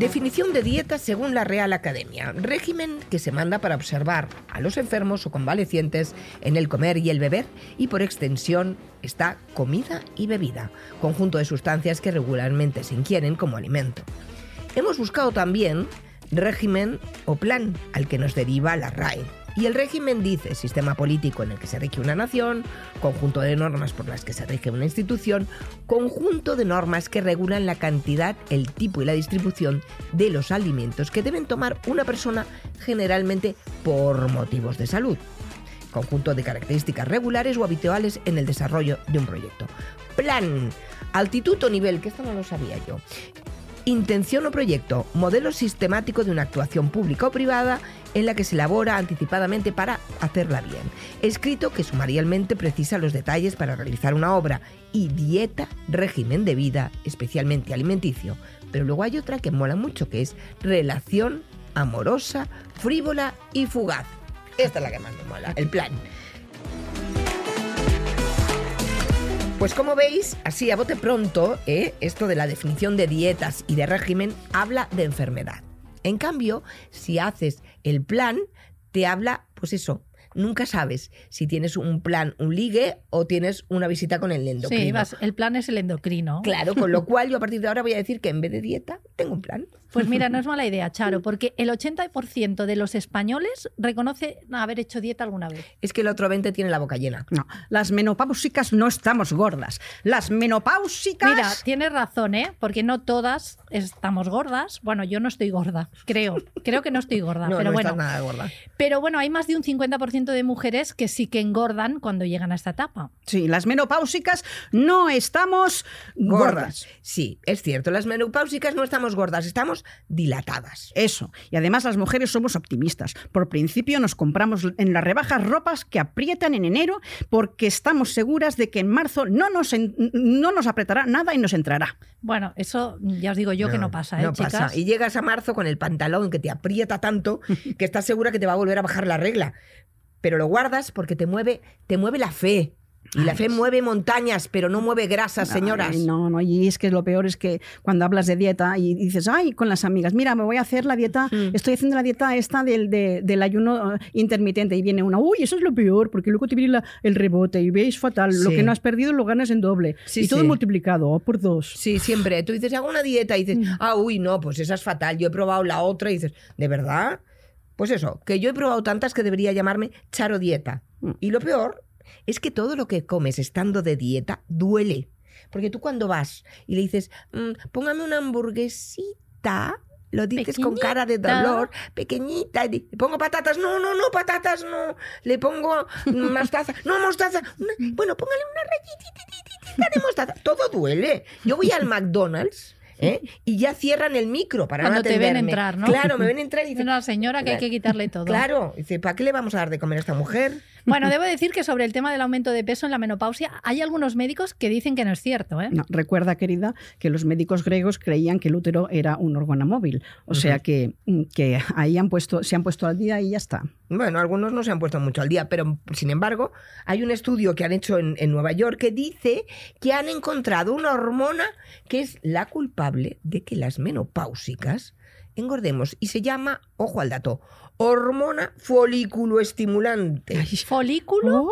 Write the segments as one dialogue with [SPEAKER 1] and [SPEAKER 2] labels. [SPEAKER 1] Definición de dieta según la Real Academia. Régimen que se manda para observar a los enfermos o convalecientes en el comer y el beber y por extensión está comida y bebida, conjunto de sustancias que regularmente se ingieren como alimento. Hemos buscado también régimen o plan al que nos deriva la RAE. Y el régimen dice sistema político en el que se rige una nación, conjunto de normas por las que se rige una institución, conjunto de normas que regulan la cantidad, el tipo y la distribución de los alimentos que deben tomar una persona generalmente por motivos de salud conjunto de características regulares o habituales en el desarrollo de un proyecto. Plan, altitud o nivel, que esto no lo sabía yo. Intención o proyecto, modelo sistemático de una actuación pública o privada en la que se elabora anticipadamente para hacerla bien. Escrito que sumarialmente precisa los detalles para realizar una obra y dieta, régimen de vida, especialmente alimenticio. Pero luego hay otra que mola mucho, que es relación amorosa, frívola y fugaz. Esta es la que más me mola, el plan. Pues como veis, así a bote pronto, ¿eh? esto de la definición de dietas y de régimen habla de enfermedad. En cambio, si haces el plan, te habla, pues eso, nunca sabes si tienes un plan, un ligue o tienes una visita con el endocrino.
[SPEAKER 2] Sí, vas- el plan es el endocrino.
[SPEAKER 1] Claro, con lo cual yo a partir de ahora voy a decir que en vez de dieta, tengo un plan.
[SPEAKER 2] Pues mira, no es mala idea, Charo, porque el 80% de los españoles reconoce haber hecho dieta alguna vez.
[SPEAKER 1] Es que el otro 20 tiene la boca llena.
[SPEAKER 3] No, las menopáusicas no estamos gordas. Las menopáusicas.
[SPEAKER 2] Mira, tienes razón, ¿eh? Porque no todas estamos gordas. Bueno, yo no estoy gorda, creo. Creo que no estoy gorda,
[SPEAKER 1] No,
[SPEAKER 2] Ah, pero
[SPEAKER 1] no
[SPEAKER 2] bueno.
[SPEAKER 1] estás nada gorda.
[SPEAKER 2] Pero bueno, hay más de un 50% de mujeres que sí que engordan cuando llegan a esta etapa.
[SPEAKER 3] Sí, las menopáusicas no estamos gordas.
[SPEAKER 1] Sí, es cierto. Las menopáusicas no estamos gordas, estamos dilatadas.
[SPEAKER 3] Eso. Y además las mujeres somos optimistas. Por principio nos compramos en las rebajas ropas que aprietan en enero porque estamos seguras de que en marzo no nos, en- no nos apretará nada y nos entrará.
[SPEAKER 2] Bueno, eso ya os digo yo que no pasa, ¿eh,
[SPEAKER 1] no
[SPEAKER 2] chicas?
[SPEAKER 1] pasa. Y llegas a marzo con el pantalón que te aprieta tanto que estás segura que te va a volver a bajar la regla. Pero lo guardas porque te mueve, te mueve la fe. Y la
[SPEAKER 3] Ay,
[SPEAKER 1] fe
[SPEAKER 3] sí.
[SPEAKER 1] mueve montañas, pero no mueve grasas, señoras.
[SPEAKER 3] Ay, no, no, y es que lo peor es que cuando hablas de dieta y dices, ay, con las amigas, mira, me voy a hacer la dieta,
[SPEAKER 1] Mm.
[SPEAKER 3] estoy haciendo la dieta esta del, de- del ayuno eh, intermitente y viene una, uy, eso es lo peor, porque luego te viene la- el rebote y veis fatal, lo
[SPEAKER 1] Sí.
[SPEAKER 3] que no has perdido lo ganas en doble
[SPEAKER 1] Sí,
[SPEAKER 3] y todo
[SPEAKER 1] sí.
[SPEAKER 3] multiplicado oh, por dos.
[SPEAKER 1] Sí, siempre. Tú dices, hago una dieta y dices, ah, uy, no, pues esa es fatal. Yo he probado la otra y dices, ¿de verdad? Pues eso, que yo he probado tantas que debería llamarme charo dieta. Y lo peor es que todo lo que comes estando de dieta duele. Porque tú cuando vas y le dices, "Mm, póngame una hamburguesita, lo dices con cara de
[SPEAKER 2] Pequeñita.
[SPEAKER 1] dolor, pequeñita, y di- pongo patatas, no, no, no, patatas, no, le pongo mm, mostaza, no, mostaza, una- bueno, póngale una rayita de mostaza, todo duele. Yo voy al McDonald's ¿eh? y ya cierran el micro para
[SPEAKER 2] Cuando
[SPEAKER 1] no
[SPEAKER 2] te ven
[SPEAKER 1] atenderme.
[SPEAKER 2] entrar, ¿no?
[SPEAKER 1] Claro, me ven entrar y
[SPEAKER 2] Dice
[SPEAKER 1] dicen,
[SPEAKER 2] una señora que hay que quitarle todo.
[SPEAKER 1] claro, dice, ¿para qué le vamos a dar de comer a esta mujer?
[SPEAKER 2] Bueno, debo decir que sobre el tema del aumento de peso en la menopausia, hay algunos médicos que dicen que no es cierto, ¿eh?
[SPEAKER 3] No, recuerda, querida, que los médicos griegos creían que el útero era un órgano móvil. O sea que, mm, que ahí han puesto, se han puesto al día y ya está.
[SPEAKER 1] Bueno, algunos no se han puesto mucho al día, pero sin embargo, hay un estudio que han hecho en, en Nueva York que dice que han encontrado una hormona que es la culpable de que las menopáusicas engordemos y se llama, ojo al dato, hormona folículo estimulante.
[SPEAKER 2] Folículo,
[SPEAKER 3] Oh.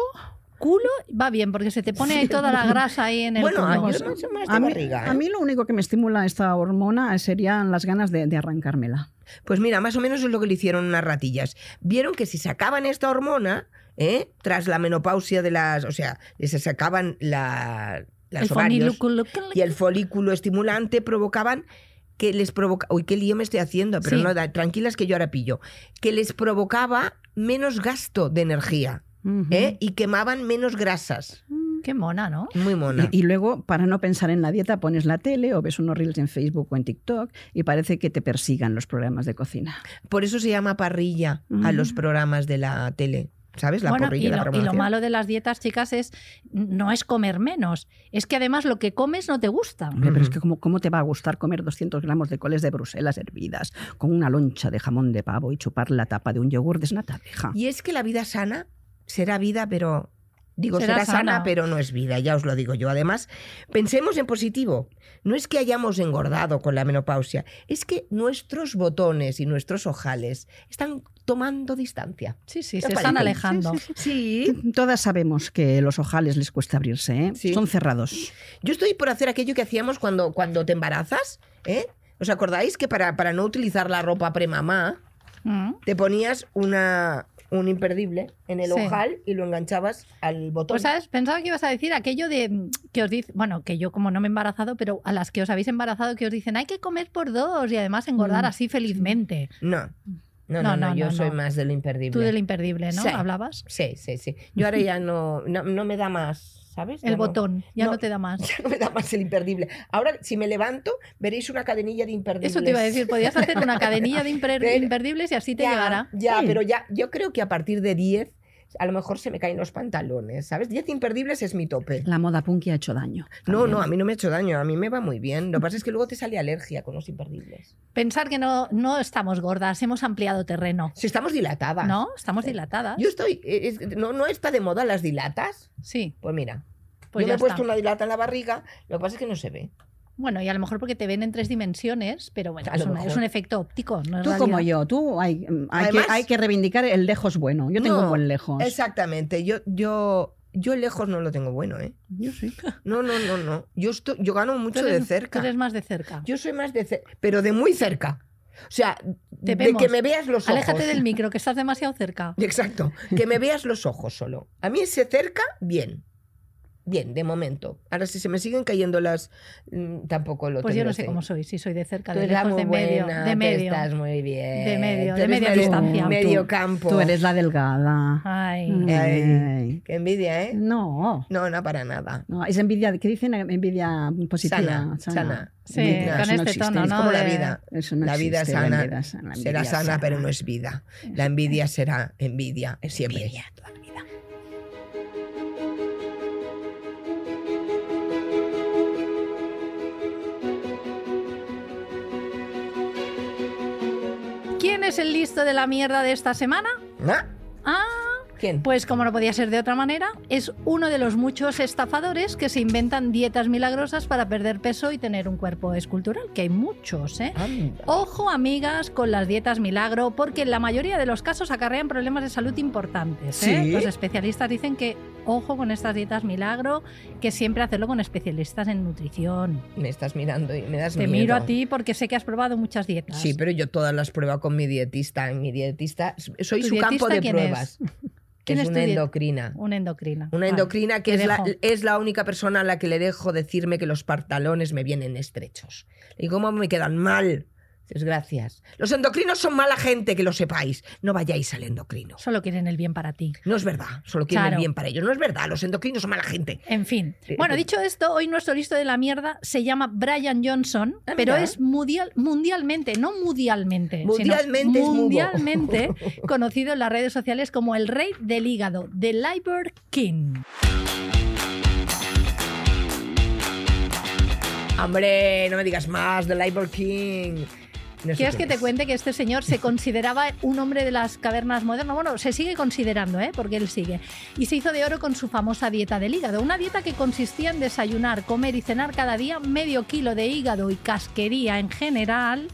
[SPEAKER 2] culo, va bien, porque se te pone ahí toda la grasa ahí en el
[SPEAKER 1] Bueno,
[SPEAKER 2] culo.
[SPEAKER 1] yo
[SPEAKER 3] Pues,
[SPEAKER 1] no me hace más de
[SPEAKER 3] a, mí,
[SPEAKER 1] barriga, ¿eh?
[SPEAKER 3] a mí lo único que me estimula esta hormona serían las ganas de, de arrancármela.
[SPEAKER 1] Pues mira, más o menos es lo que le hicieron unas ratillas. Vieron que si sacaban esta hormona, ¿eh? tras la menopausia de las, o sea, se sacaban la, las
[SPEAKER 2] El
[SPEAKER 1] ovarios
[SPEAKER 2] folículo.
[SPEAKER 1] y el folículo estimulante provocaban que les provoca, uy, qué lío me estoy haciendo, pero
[SPEAKER 2] Sí.
[SPEAKER 1] no, da- tranquilas que yo ahora pillo, que les provocaba menos gasto de energía ¿eh? y quemaban menos grasas.
[SPEAKER 2] Qué mona, ¿no?
[SPEAKER 1] Muy mona.
[SPEAKER 3] Y, y luego, para no pensar en la dieta, pones la tele o ves unos reels en Facebook o en TikTok y parece que te persigan los programas de cocina.
[SPEAKER 1] Por eso se llama parrilla a los programas de la tele. ¿Sabes? La
[SPEAKER 2] Mm. bueno,
[SPEAKER 1] parrilla,
[SPEAKER 2] y,
[SPEAKER 1] la
[SPEAKER 2] lo, y lo
[SPEAKER 1] programación.
[SPEAKER 2] malo de las dietas, chicas, es no es comer menos, es que además lo que comes no te gusta.
[SPEAKER 3] Hombre, pero es que ¿cómo, cómo te va a gustar comer 200 gramos de coles de Bruselas hervidas con una loncha de jamón de pavo y chupar la tapa de un yogur desnatado, hija?
[SPEAKER 1] Y es que la vida sana será vida, pero Digo, será, sana, pero no es vida, ya os lo digo yo. Además, pensemos en positivo. No es que hayamos engordado con la menopausia, es que nuestros botones y nuestros ojales están tomando distancia.
[SPEAKER 2] Sí, sí,
[SPEAKER 1] ¿Qué
[SPEAKER 2] se
[SPEAKER 1] os
[SPEAKER 2] están
[SPEAKER 1] parece?
[SPEAKER 2] alejando.
[SPEAKER 1] Sí, sí, sí. Sí.
[SPEAKER 3] Todas sabemos que los ojales les cuesta abrirse, ¿eh?
[SPEAKER 1] Sí.
[SPEAKER 3] son cerrados.
[SPEAKER 1] Yo estoy por hacer aquello que hacíamos cuando, cuando te embarazas, ¿eh? ¿Os acordáis que para, para no utilizar la ropa premamá,
[SPEAKER 2] Mm.
[SPEAKER 1] te ponías una, un imperdible en el
[SPEAKER 2] Sí.
[SPEAKER 1] ojal y lo enganchabas al botón?
[SPEAKER 2] Pues sabes, pensaba que ibas a decir aquello de mm, que os dice, bueno, que yo como no me he embarazado, pero a las que os habéis embarazado que os dicen hay que comer por dos y además engordar
[SPEAKER 3] Mm.
[SPEAKER 2] así felizmente.
[SPEAKER 1] no. No, no, no,
[SPEAKER 2] No, no,
[SPEAKER 1] yo
[SPEAKER 2] no,
[SPEAKER 1] soy
[SPEAKER 2] no.
[SPEAKER 1] más de lo imperdible.
[SPEAKER 2] Tú del imperdible, ¿no?
[SPEAKER 1] Sí.
[SPEAKER 2] Hablabas.
[SPEAKER 1] Sí, sí, sí. Yo ahora ya no, no, no me da más, ¿sabes? Ya
[SPEAKER 2] El
[SPEAKER 1] no-
[SPEAKER 2] botón, ya
[SPEAKER 1] No.
[SPEAKER 2] no. te da más.
[SPEAKER 1] ya no me da más el imperdible. Ahora, si me levanto, veréis una cadenilla de imperdibles.
[SPEAKER 2] Eso te iba a decir, podías hacer una cadenilla de imper-
[SPEAKER 1] Pero-
[SPEAKER 2] imperdibles y así te
[SPEAKER 1] ya,
[SPEAKER 2] llegará.
[SPEAKER 1] Ya,
[SPEAKER 3] Sí.
[SPEAKER 1] pero ya, yo creo que a partir de 10, a lo mejor se me caen los pantalones, ¿sabes? 10 imperdibles es mi tope.
[SPEAKER 3] La moda punky ha hecho daño.
[SPEAKER 1] No,
[SPEAKER 3] también.
[SPEAKER 1] no, a mí no me ha hecho daño, a mí me va muy bien. Lo que pasa es que luego te sale alergia con los imperdibles.
[SPEAKER 2] Pensar que no, no estamos gordas, hemos ampliado terreno.
[SPEAKER 1] Si estamos dilatadas.
[SPEAKER 2] ¿No? Estamos dilatadas.
[SPEAKER 1] Yo estoy. eh, es- no, no está de moda las dilatas.
[SPEAKER 2] Sí,
[SPEAKER 1] Pues mira,
[SPEAKER 2] pues
[SPEAKER 1] yo me
[SPEAKER 2] ya
[SPEAKER 1] he puesto
[SPEAKER 2] está.
[SPEAKER 1] una dilata en la barriga, lo que pasa es que no se ve.
[SPEAKER 2] Bueno, y a lo mejor porque te ven en tres dimensiones, pero bueno,
[SPEAKER 1] A
[SPEAKER 2] es,
[SPEAKER 1] lo
[SPEAKER 2] una- es
[SPEAKER 1] mejor.
[SPEAKER 2] un efecto óptico. No es
[SPEAKER 3] Tú
[SPEAKER 2] realidad.
[SPEAKER 3] como yo, tú hay, mm, hay,
[SPEAKER 1] Además-
[SPEAKER 3] que, hay que reivindicar el lejos bueno. Yo tengo
[SPEAKER 1] No,
[SPEAKER 3] un buen lejos.
[SPEAKER 1] Exactamente. Yo, yo, yo lejos no lo tengo bueno, ¿eh?
[SPEAKER 3] Yo sí.
[SPEAKER 1] No, no, no, no. Yo, esto- yo gano
[SPEAKER 2] Tú
[SPEAKER 1] mucho
[SPEAKER 2] eres-
[SPEAKER 1] de cerca.
[SPEAKER 2] Tú eres más de cerca.
[SPEAKER 1] Yo soy más de cerca, pero de muy cerca. O sea, de
[SPEAKER 2] vemos.
[SPEAKER 1] que me veas los ojos.
[SPEAKER 2] Aléjate del micro, que estás demasiado cerca.
[SPEAKER 1] Exacto, que me veas los ojos solo. A mí ese cerca, bien. Bien, de momento. Ahora, si se me siguen cayendo las. mm, Tampoco lo
[SPEAKER 2] Pues yo
[SPEAKER 1] tendré
[SPEAKER 2] no sé
[SPEAKER 1] así.
[SPEAKER 2] cómo soy, si soy de cerca,
[SPEAKER 1] Tú
[SPEAKER 2] de
[SPEAKER 1] eres la
[SPEAKER 2] lejos,
[SPEAKER 1] muy
[SPEAKER 2] de medio,
[SPEAKER 1] buena,
[SPEAKER 2] de
[SPEAKER 1] tú
[SPEAKER 2] medio.
[SPEAKER 1] estás muy bien.
[SPEAKER 2] De medio,
[SPEAKER 1] Tú
[SPEAKER 2] de
[SPEAKER 1] eres
[SPEAKER 2] media
[SPEAKER 1] medio-
[SPEAKER 2] distancia.
[SPEAKER 1] Medio campo.
[SPEAKER 3] Tú eres la delgada.
[SPEAKER 2] Ay,
[SPEAKER 1] Mm.
[SPEAKER 3] Ay.
[SPEAKER 1] Qué envidia, ¿eh?
[SPEAKER 3] No,
[SPEAKER 1] No, no, para nada.
[SPEAKER 3] no, es envidia. ¿Qué dicen? Envidia positiva.
[SPEAKER 1] Sana, sana.
[SPEAKER 2] Sí,
[SPEAKER 1] Digna.
[SPEAKER 2] con
[SPEAKER 3] eso
[SPEAKER 2] este
[SPEAKER 3] existe.
[SPEAKER 2] tono,
[SPEAKER 1] Es
[SPEAKER 2] ¿no?
[SPEAKER 1] como la
[SPEAKER 2] de-
[SPEAKER 1] vida.
[SPEAKER 3] Eso no
[SPEAKER 1] la vida
[SPEAKER 3] existe,
[SPEAKER 1] sana
[SPEAKER 3] envidia sana, la
[SPEAKER 1] será
[SPEAKER 3] envidia
[SPEAKER 1] sana,
[SPEAKER 3] sana.
[SPEAKER 1] pero no es vida. La envidia será envidia siempre. toda la vida.
[SPEAKER 2] ¿Quién es el listo de la mierda de esta semana?
[SPEAKER 1] ¿No?
[SPEAKER 2] Ah,
[SPEAKER 1] ¿Quién?
[SPEAKER 2] pues como no podía ser de otra manera, es uno de los muchos estafadores que se inventan dietas milagrosas para perder peso y tener un cuerpo escultural, que hay muchos, ¿eh?
[SPEAKER 1] Anda.
[SPEAKER 2] Ojo, amigas, con las dietas milagro, porque en la mayoría de los casos acarrean problemas de salud importantes. ¿eh?
[SPEAKER 1] Sí.
[SPEAKER 2] Los especialistas dicen que ojo con estas dietas milagro, que siempre hacerlo con especialistas en nutrición.
[SPEAKER 1] Me estás mirando y me das
[SPEAKER 2] Te
[SPEAKER 1] miedo.
[SPEAKER 2] miro a ti porque sé que has probado muchas dietas.
[SPEAKER 1] Sí, pero yo todas las pruebas con mi dietista. Mi dietista, soy
[SPEAKER 2] ¿Tu
[SPEAKER 1] su campo
[SPEAKER 2] dietista
[SPEAKER 1] de
[SPEAKER 2] quién
[SPEAKER 1] pruebas.
[SPEAKER 2] ¿Quién es tu
[SPEAKER 1] una
[SPEAKER 2] diet-
[SPEAKER 1] endocrina.
[SPEAKER 2] Una endocrina.
[SPEAKER 1] Una
[SPEAKER 2] Vale.
[SPEAKER 1] endocrina que
[SPEAKER 2] te
[SPEAKER 1] es la,
[SPEAKER 2] dejo.
[SPEAKER 1] es la única persona a la que le dejo decirme que los pantalones me vienen estrechos. Y cómo me quedan mal. Dices, gracias. Los endocrinos son mala gente, que lo sepáis. No vayáis al endocrino.
[SPEAKER 2] Solo quieren el bien para ti.
[SPEAKER 1] No es verdad. Solo quieren el
[SPEAKER 2] Claro.
[SPEAKER 1] bien para ellos. No es verdad. Los endocrinos son mala gente.
[SPEAKER 2] En fin.
[SPEAKER 1] Sí,
[SPEAKER 2] Bueno,
[SPEAKER 1] sí.
[SPEAKER 2] dicho esto, hoy nuestro listo de la mierda se llama Brian Johnson,
[SPEAKER 1] Ah,
[SPEAKER 2] pero
[SPEAKER 1] mira.
[SPEAKER 2] es mundial, mundialmente, no mundialmente, sino
[SPEAKER 1] Mundialmente es mudo.
[SPEAKER 2] mundialmente conocido en las redes sociales como el rey del hígado, The Liver King.
[SPEAKER 1] Hombre, no me digas más. The Liver King. No sé
[SPEAKER 2] ¿Quieres
[SPEAKER 1] quién
[SPEAKER 2] que te
[SPEAKER 1] es.
[SPEAKER 2] cuente que este señor se consideraba un hombre de las cavernas modernas? Bueno, se sigue considerando, ¿eh? porque él sigue. Y se hizo de oro con su famosa dieta del hígado. Una dieta que consistía en desayunar, comer y cenar cada día medio kilo de hígado y casquería en general.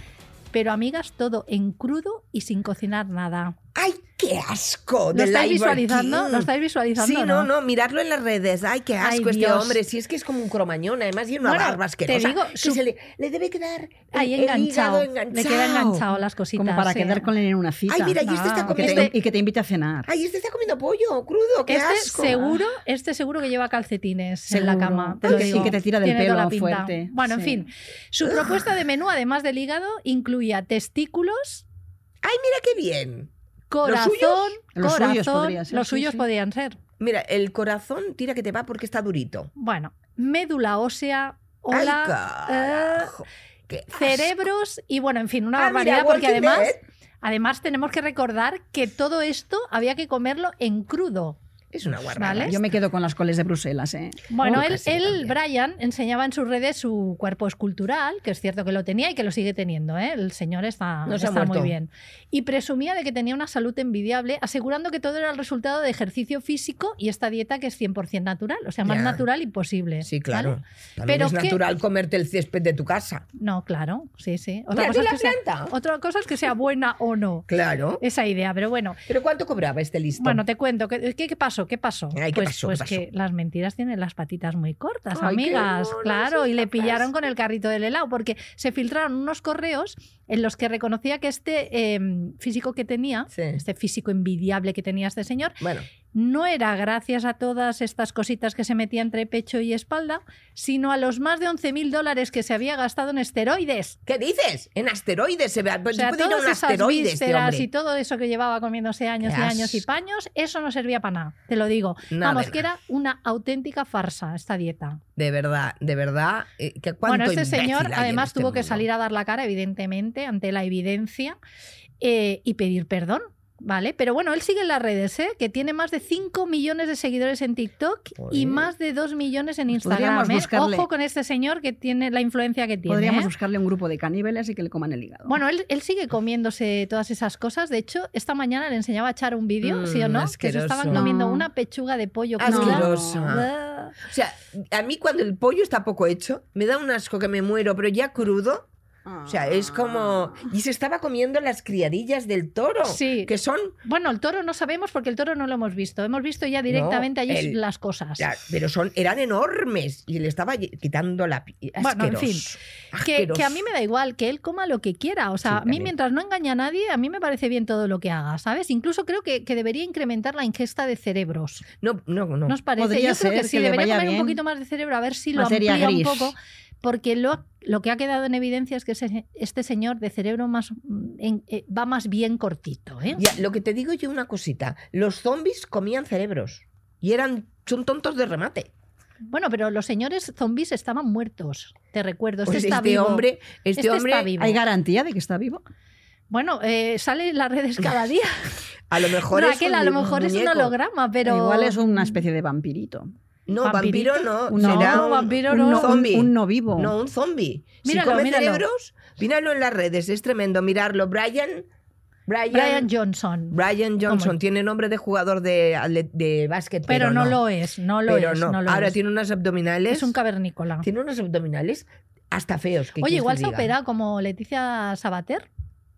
[SPEAKER 2] Pero amigas, todo en crudo y sin cocinar nada.
[SPEAKER 1] ¡Ay, qué asco!
[SPEAKER 2] ¿Lo
[SPEAKER 1] The
[SPEAKER 2] estáis
[SPEAKER 1] Liver
[SPEAKER 2] visualizando?
[SPEAKER 1] King.
[SPEAKER 2] ¿Lo estáis visualizando?
[SPEAKER 1] Sí, no, no, mirarlo en las redes. Ay, qué
[SPEAKER 2] Ay,
[SPEAKER 1] asco este
[SPEAKER 2] Dios.
[SPEAKER 1] hombre. Si es que es como un cromañón, además, y una
[SPEAKER 2] Bueno,
[SPEAKER 1] barba
[SPEAKER 2] te
[SPEAKER 1] asquerosa.
[SPEAKER 2] digo,
[SPEAKER 1] que
[SPEAKER 2] su-
[SPEAKER 1] se le, le debe quedar el-
[SPEAKER 2] Ahí
[SPEAKER 1] el hígado
[SPEAKER 2] enganchado.
[SPEAKER 1] enganchado.
[SPEAKER 2] Le queda enganchado las cositas.
[SPEAKER 3] Como para
[SPEAKER 2] sí.
[SPEAKER 3] quedar con él en una cita.
[SPEAKER 1] Ay, mira, y este
[SPEAKER 2] Ah,
[SPEAKER 1] está
[SPEAKER 3] y, que
[SPEAKER 1] comiendo.
[SPEAKER 3] te, y que te invite a cenar.
[SPEAKER 1] Ay, este está comiendo pollo crudo, qué
[SPEAKER 2] Este
[SPEAKER 1] asco.
[SPEAKER 2] seguro, este seguro que lleva calcetines en la
[SPEAKER 3] Seguro.
[SPEAKER 2] cama. Te
[SPEAKER 3] Ay,
[SPEAKER 2] lo
[SPEAKER 3] que sí,
[SPEAKER 2] digo.
[SPEAKER 3] que te tira del
[SPEAKER 2] Tiene toda
[SPEAKER 3] pelo
[SPEAKER 2] la pinta.
[SPEAKER 3] fuerte.
[SPEAKER 2] Bueno, en
[SPEAKER 3] Sí.
[SPEAKER 2] fin. Su propuesta de menú, además del hígado, incluía testículos,
[SPEAKER 1] Ay, mira qué bien.
[SPEAKER 2] corazón,
[SPEAKER 1] suyos?
[SPEAKER 3] Los
[SPEAKER 2] corazón.
[SPEAKER 3] suyos podría ser,
[SPEAKER 2] los
[SPEAKER 3] sí,
[SPEAKER 2] suyos
[SPEAKER 3] sí.
[SPEAKER 2] podían ser.
[SPEAKER 1] Mira, el corazón tira que te va porque está durito.
[SPEAKER 2] Bueno, médula ósea,
[SPEAKER 1] Ay,
[SPEAKER 2] hola,
[SPEAKER 1] carajo. Qué asco.
[SPEAKER 2] cerebros y bueno, en fin, una
[SPEAKER 1] Ah,
[SPEAKER 2] barbaridad
[SPEAKER 1] mira,
[SPEAKER 2] porque
[SPEAKER 1] Walking
[SPEAKER 2] además,
[SPEAKER 1] Dead.
[SPEAKER 2] además tenemos que recordar que todo esto había que comerlo en crudo.
[SPEAKER 1] Es una guarrada.
[SPEAKER 2] Vale.
[SPEAKER 3] Yo me quedo con las coles de Bruselas, ¿eh?
[SPEAKER 2] Bueno,
[SPEAKER 1] Bueno,
[SPEAKER 2] él,
[SPEAKER 1] casi
[SPEAKER 2] él,
[SPEAKER 1] también.
[SPEAKER 2] Brian, enseñaba en sus redes su cuerpo escultural, que es cierto que lo tenía y que lo sigue teniendo. ¿eh? El señor está,
[SPEAKER 1] No se ha
[SPEAKER 2] está muy
[SPEAKER 1] muerto.
[SPEAKER 2] bien. Y presumía de que tenía una salud envidiable, asegurando que todo era el resultado de ejercicio físico y esta dieta que es 100% natural. O sea, más
[SPEAKER 1] Ya.
[SPEAKER 2] natural imposible.
[SPEAKER 1] Sí, claro.
[SPEAKER 2] ¿vale?
[SPEAKER 1] También
[SPEAKER 2] Pero
[SPEAKER 1] es
[SPEAKER 2] ¿qué-
[SPEAKER 1] natural comerte el césped de tu casa.
[SPEAKER 2] No, claro, sí, sí.
[SPEAKER 1] Mira,
[SPEAKER 2] cosa,
[SPEAKER 1] vi
[SPEAKER 2] es
[SPEAKER 1] la
[SPEAKER 2] que sea,
[SPEAKER 1] planta.
[SPEAKER 2] otra cosa es que sea buena o no.
[SPEAKER 1] Claro.
[SPEAKER 2] Esa idea, pero bueno.
[SPEAKER 1] ¿Pero cuánto cobraba este listo?
[SPEAKER 2] Bueno, te cuento. ¿Qué, qué, qué pasó? ¿Qué pasó?
[SPEAKER 1] Ay, ¿qué
[SPEAKER 2] pues
[SPEAKER 1] pasó? ¿Qué
[SPEAKER 2] pues
[SPEAKER 1] pasó?
[SPEAKER 2] que las mentiras tienen las patitas muy cortas,
[SPEAKER 1] Ay, qué
[SPEAKER 2] amigas.
[SPEAKER 1] monas
[SPEAKER 2] Claro, y le
[SPEAKER 1] estas.
[SPEAKER 2] pillaron con el carrito del helado porque se filtraron unos correos en los que reconocía que este eh, físico que tenía,
[SPEAKER 1] Sí.
[SPEAKER 2] este físico envidiable que tenía este señor,
[SPEAKER 1] Bueno,
[SPEAKER 2] no era gracias a todas estas cositas que se metía entre pecho y espalda, sino a los más de 11.000 dólares que se había gastado en esteroides.
[SPEAKER 1] ¿qué dices? En asteroides se ve.
[SPEAKER 2] O sea,
[SPEAKER 1] puede ir a
[SPEAKER 2] todas
[SPEAKER 1] un
[SPEAKER 2] esas
[SPEAKER 1] asteroide este
[SPEAKER 2] vísceras
[SPEAKER 1] hombre.
[SPEAKER 2] y todo eso que llevaba comiéndose años y
[SPEAKER 1] Qué
[SPEAKER 2] años y
[SPEAKER 1] asco.
[SPEAKER 2] paños, eso no servía para nada, te lo digo.
[SPEAKER 1] Nada
[SPEAKER 2] Vamos,
[SPEAKER 1] de
[SPEAKER 2] que era una auténtica farsa esta dieta.
[SPEAKER 1] De verdad, de verdad. eh, que cuánto
[SPEAKER 2] Bueno, este
[SPEAKER 1] imbécil hay
[SPEAKER 2] señor
[SPEAKER 1] en
[SPEAKER 2] además
[SPEAKER 1] este
[SPEAKER 2] tuvo que
[SPEAKER 1] mundo.
[SPEAKER 2] salir a dar la cara, evidentemente, ante la evidencia eh, y pedir perdón. ¿Vale? Pero bueno, él sigue en las redes, ¿eh? que tiene más de 5 millones de seguidores en TikTok y
[SPEAKER 1] Joder.
[SPEAKER 2] más de 2 millones en Instagram.
[SPEAKER 3] Podríamos
[SPEAKER 2] ¿eh?
[SPEAKER 3] buscarle.
[SPEAKER 2] Ojo con este señor que tiene la influencia que tiene.
[SPEAKER 3] Podríamos
[SPEAKER 2] ¿eh?
[SPEAKER 3] buscarle un grupo de caníbales y que le coman el hígado.
[SPEAKER 2] Bueno, él, él sigue comiéndose todas esas cosas. De hecho, esta mañana le enseñaba a Char un vídeo,
[SPEAKER 1] Mm,
[SPEAKER 2] ¿sí o no? Que se
[SPEAKER 1] asqueroso.
[SPEAKER 2] estaban comiendo
[SPEAKER 3] No.
[SPEAKER 2] una pechuga de pollo cruda.
[SPEAKER 1] Asquerosa.
[SPEAKER 2] Ah.
[SPEAKER 1] O sea, a mí cuando el pollo está poco hecho, me da un asco que me muero, pero ya crudo. O sea, es como. Y se estaba comiendo las criadillas del toro.
[SPEAKER 2] Sí.
[SPEAKER 1] Que son.
[SPEAKER 2] Bueno, el toro no sabemos porque el toro no lo hemos visto. Hemos visto ya directamente allí
[SPEAKER 1] el-
[SPEAKER 2] las cosas.
[SPEAKER 1] la- pero son, eran enormes. Y le estaba ye- quitando la pi-
[SPEAKER 2] Bueno, en fin.
[SPEAKER 1] asqueroso,
[SPEAKER 2] Que, que a
[SPEAKER 1] asqueroso.
[SPEAKER 2] mí me da igual, que él coma lo que quiera. O sea,
[SPEAKER 1] Sí,
[SPEAKER 2] a mí
[SPEAKER 1] también.
[SPEAKER 2] mientras no engaña a nadie, a mí me parece bien todo lo que haga, ¿sabes? Incluso creo que, que debería incrementar la ingesta de cerebros.
[SPEAKER 1] No, no, no.
[SPEAKER 2] ¿Nos parece?
[SPEAKER 3] Podría
[SPEAKER 2] Yo creo
[SPEAKER 3] ser
[SPEAKER 2] que sí,
[SPEAKER 3] que le
[SPEAKER 2] debería
[SPEAKER 3] vaya
[SPEAKER 2] comer un
[SPEAKER 3] bien.
[SPEAKER 2] poquito más de cerebro, a ver si lo
[SPEAKER 3] Materia
[SPEAKER 2] amplía
[SPEAKER 3] gris.
[SPEAKER 2] un poco, porque lo, lo que ha quedado en evidencia es que ese- este señor de cerebro más, mm, en- eh, va más bien cortito. ¿eh?
[SPEAKER 1] Ya, lo que te digo yo una cosita. Los zombies comían cerebros. Y eran. Son tontos de remate.
[SPEAKER 2] Bueno, pero los señores zombies estaban muertos, te recuerdo. Este
[SPEAKER 1] Pues
[SPEAKER 2] está
[SPEAKER 1] este
[SPEAKER 2] vivo.
[SPEAKER 1] hombre. Este,
[SPEAKER 2] Este está
[SPEAKER 1] hombre.
[SPEAKER 2] vivo.
[SPEAKER 3] ¿Hay garantía de que está vivo?
[SPEAKER 2] Bueno, eh, sale en las redes cada día.
[SPEAKER 1] A lo mejor es.
[SPEAKER 2] Raquel,
[SPEAKER 1] un
[SPEAKER 2] a lo mejor es un
[SPEAKER 1] muñeco.
[SPEAKER 2] holograma, pero...
[SPEAKER 3] Igual es una especie de vampirito.
[SPEAKER 1] No,
[SPEAKER 2] ¿Vampirito?
[SPEAKER 1] vampiro no.
[SPEAKER 3] No,
[SPEAKER 1] será un,
[SPEAKER 2] vampiro
[SPEAKER 1] un
[SPEAKER 2] no.
[SPEAKER 3] un,
[SPEAKER 1] zombie.
[SPEAKER 3] un no vivo.
[SPEAKER 1] No, un zombie. si
[SPEAKER 2] Míralo,
[SPEAKER 1] come
[SPEAKER 2] míralo.
[SPEAKER 1] cerebros, míralo en las redes, es tremendo mirarlo. Brian, Brian,
[SPEAKER 2] Brian Oh
[SPEAKER 1] Brian,
[SPEAKER 2] Johnson.
[SPEAKER 1] Johnson
[SPEAKER 2] ¿Cómo?
[SPEAKER 1] tiene nombre de jugador de, atle- de básquet,
[SPEAKER 2] pero no, lo es, no lo
[SPEAKER 1] pero
[SPEAKER 2] es.
[SPEAKER 1] no.
[SPEAKER 2] no lo
[SPEAKER 1] Ahora
[SPEAKER 2] es.
[SPEAKER 1] tiene unos abdominales.
[SPEAKER 2] es un cavernícola.
[SPEAKER 1] Tiene unos abdominales hasta feos. ¿qué
[SPEAKER 2] Oye,
[SPEAKER 1] quieres
[SPEAKER 2] igual
[SPEAKER 1] que
[SPEAKER 2] se ha
[SPEAKER 1] diga?
[SPEAKER 2] operado como Leticia Sabater.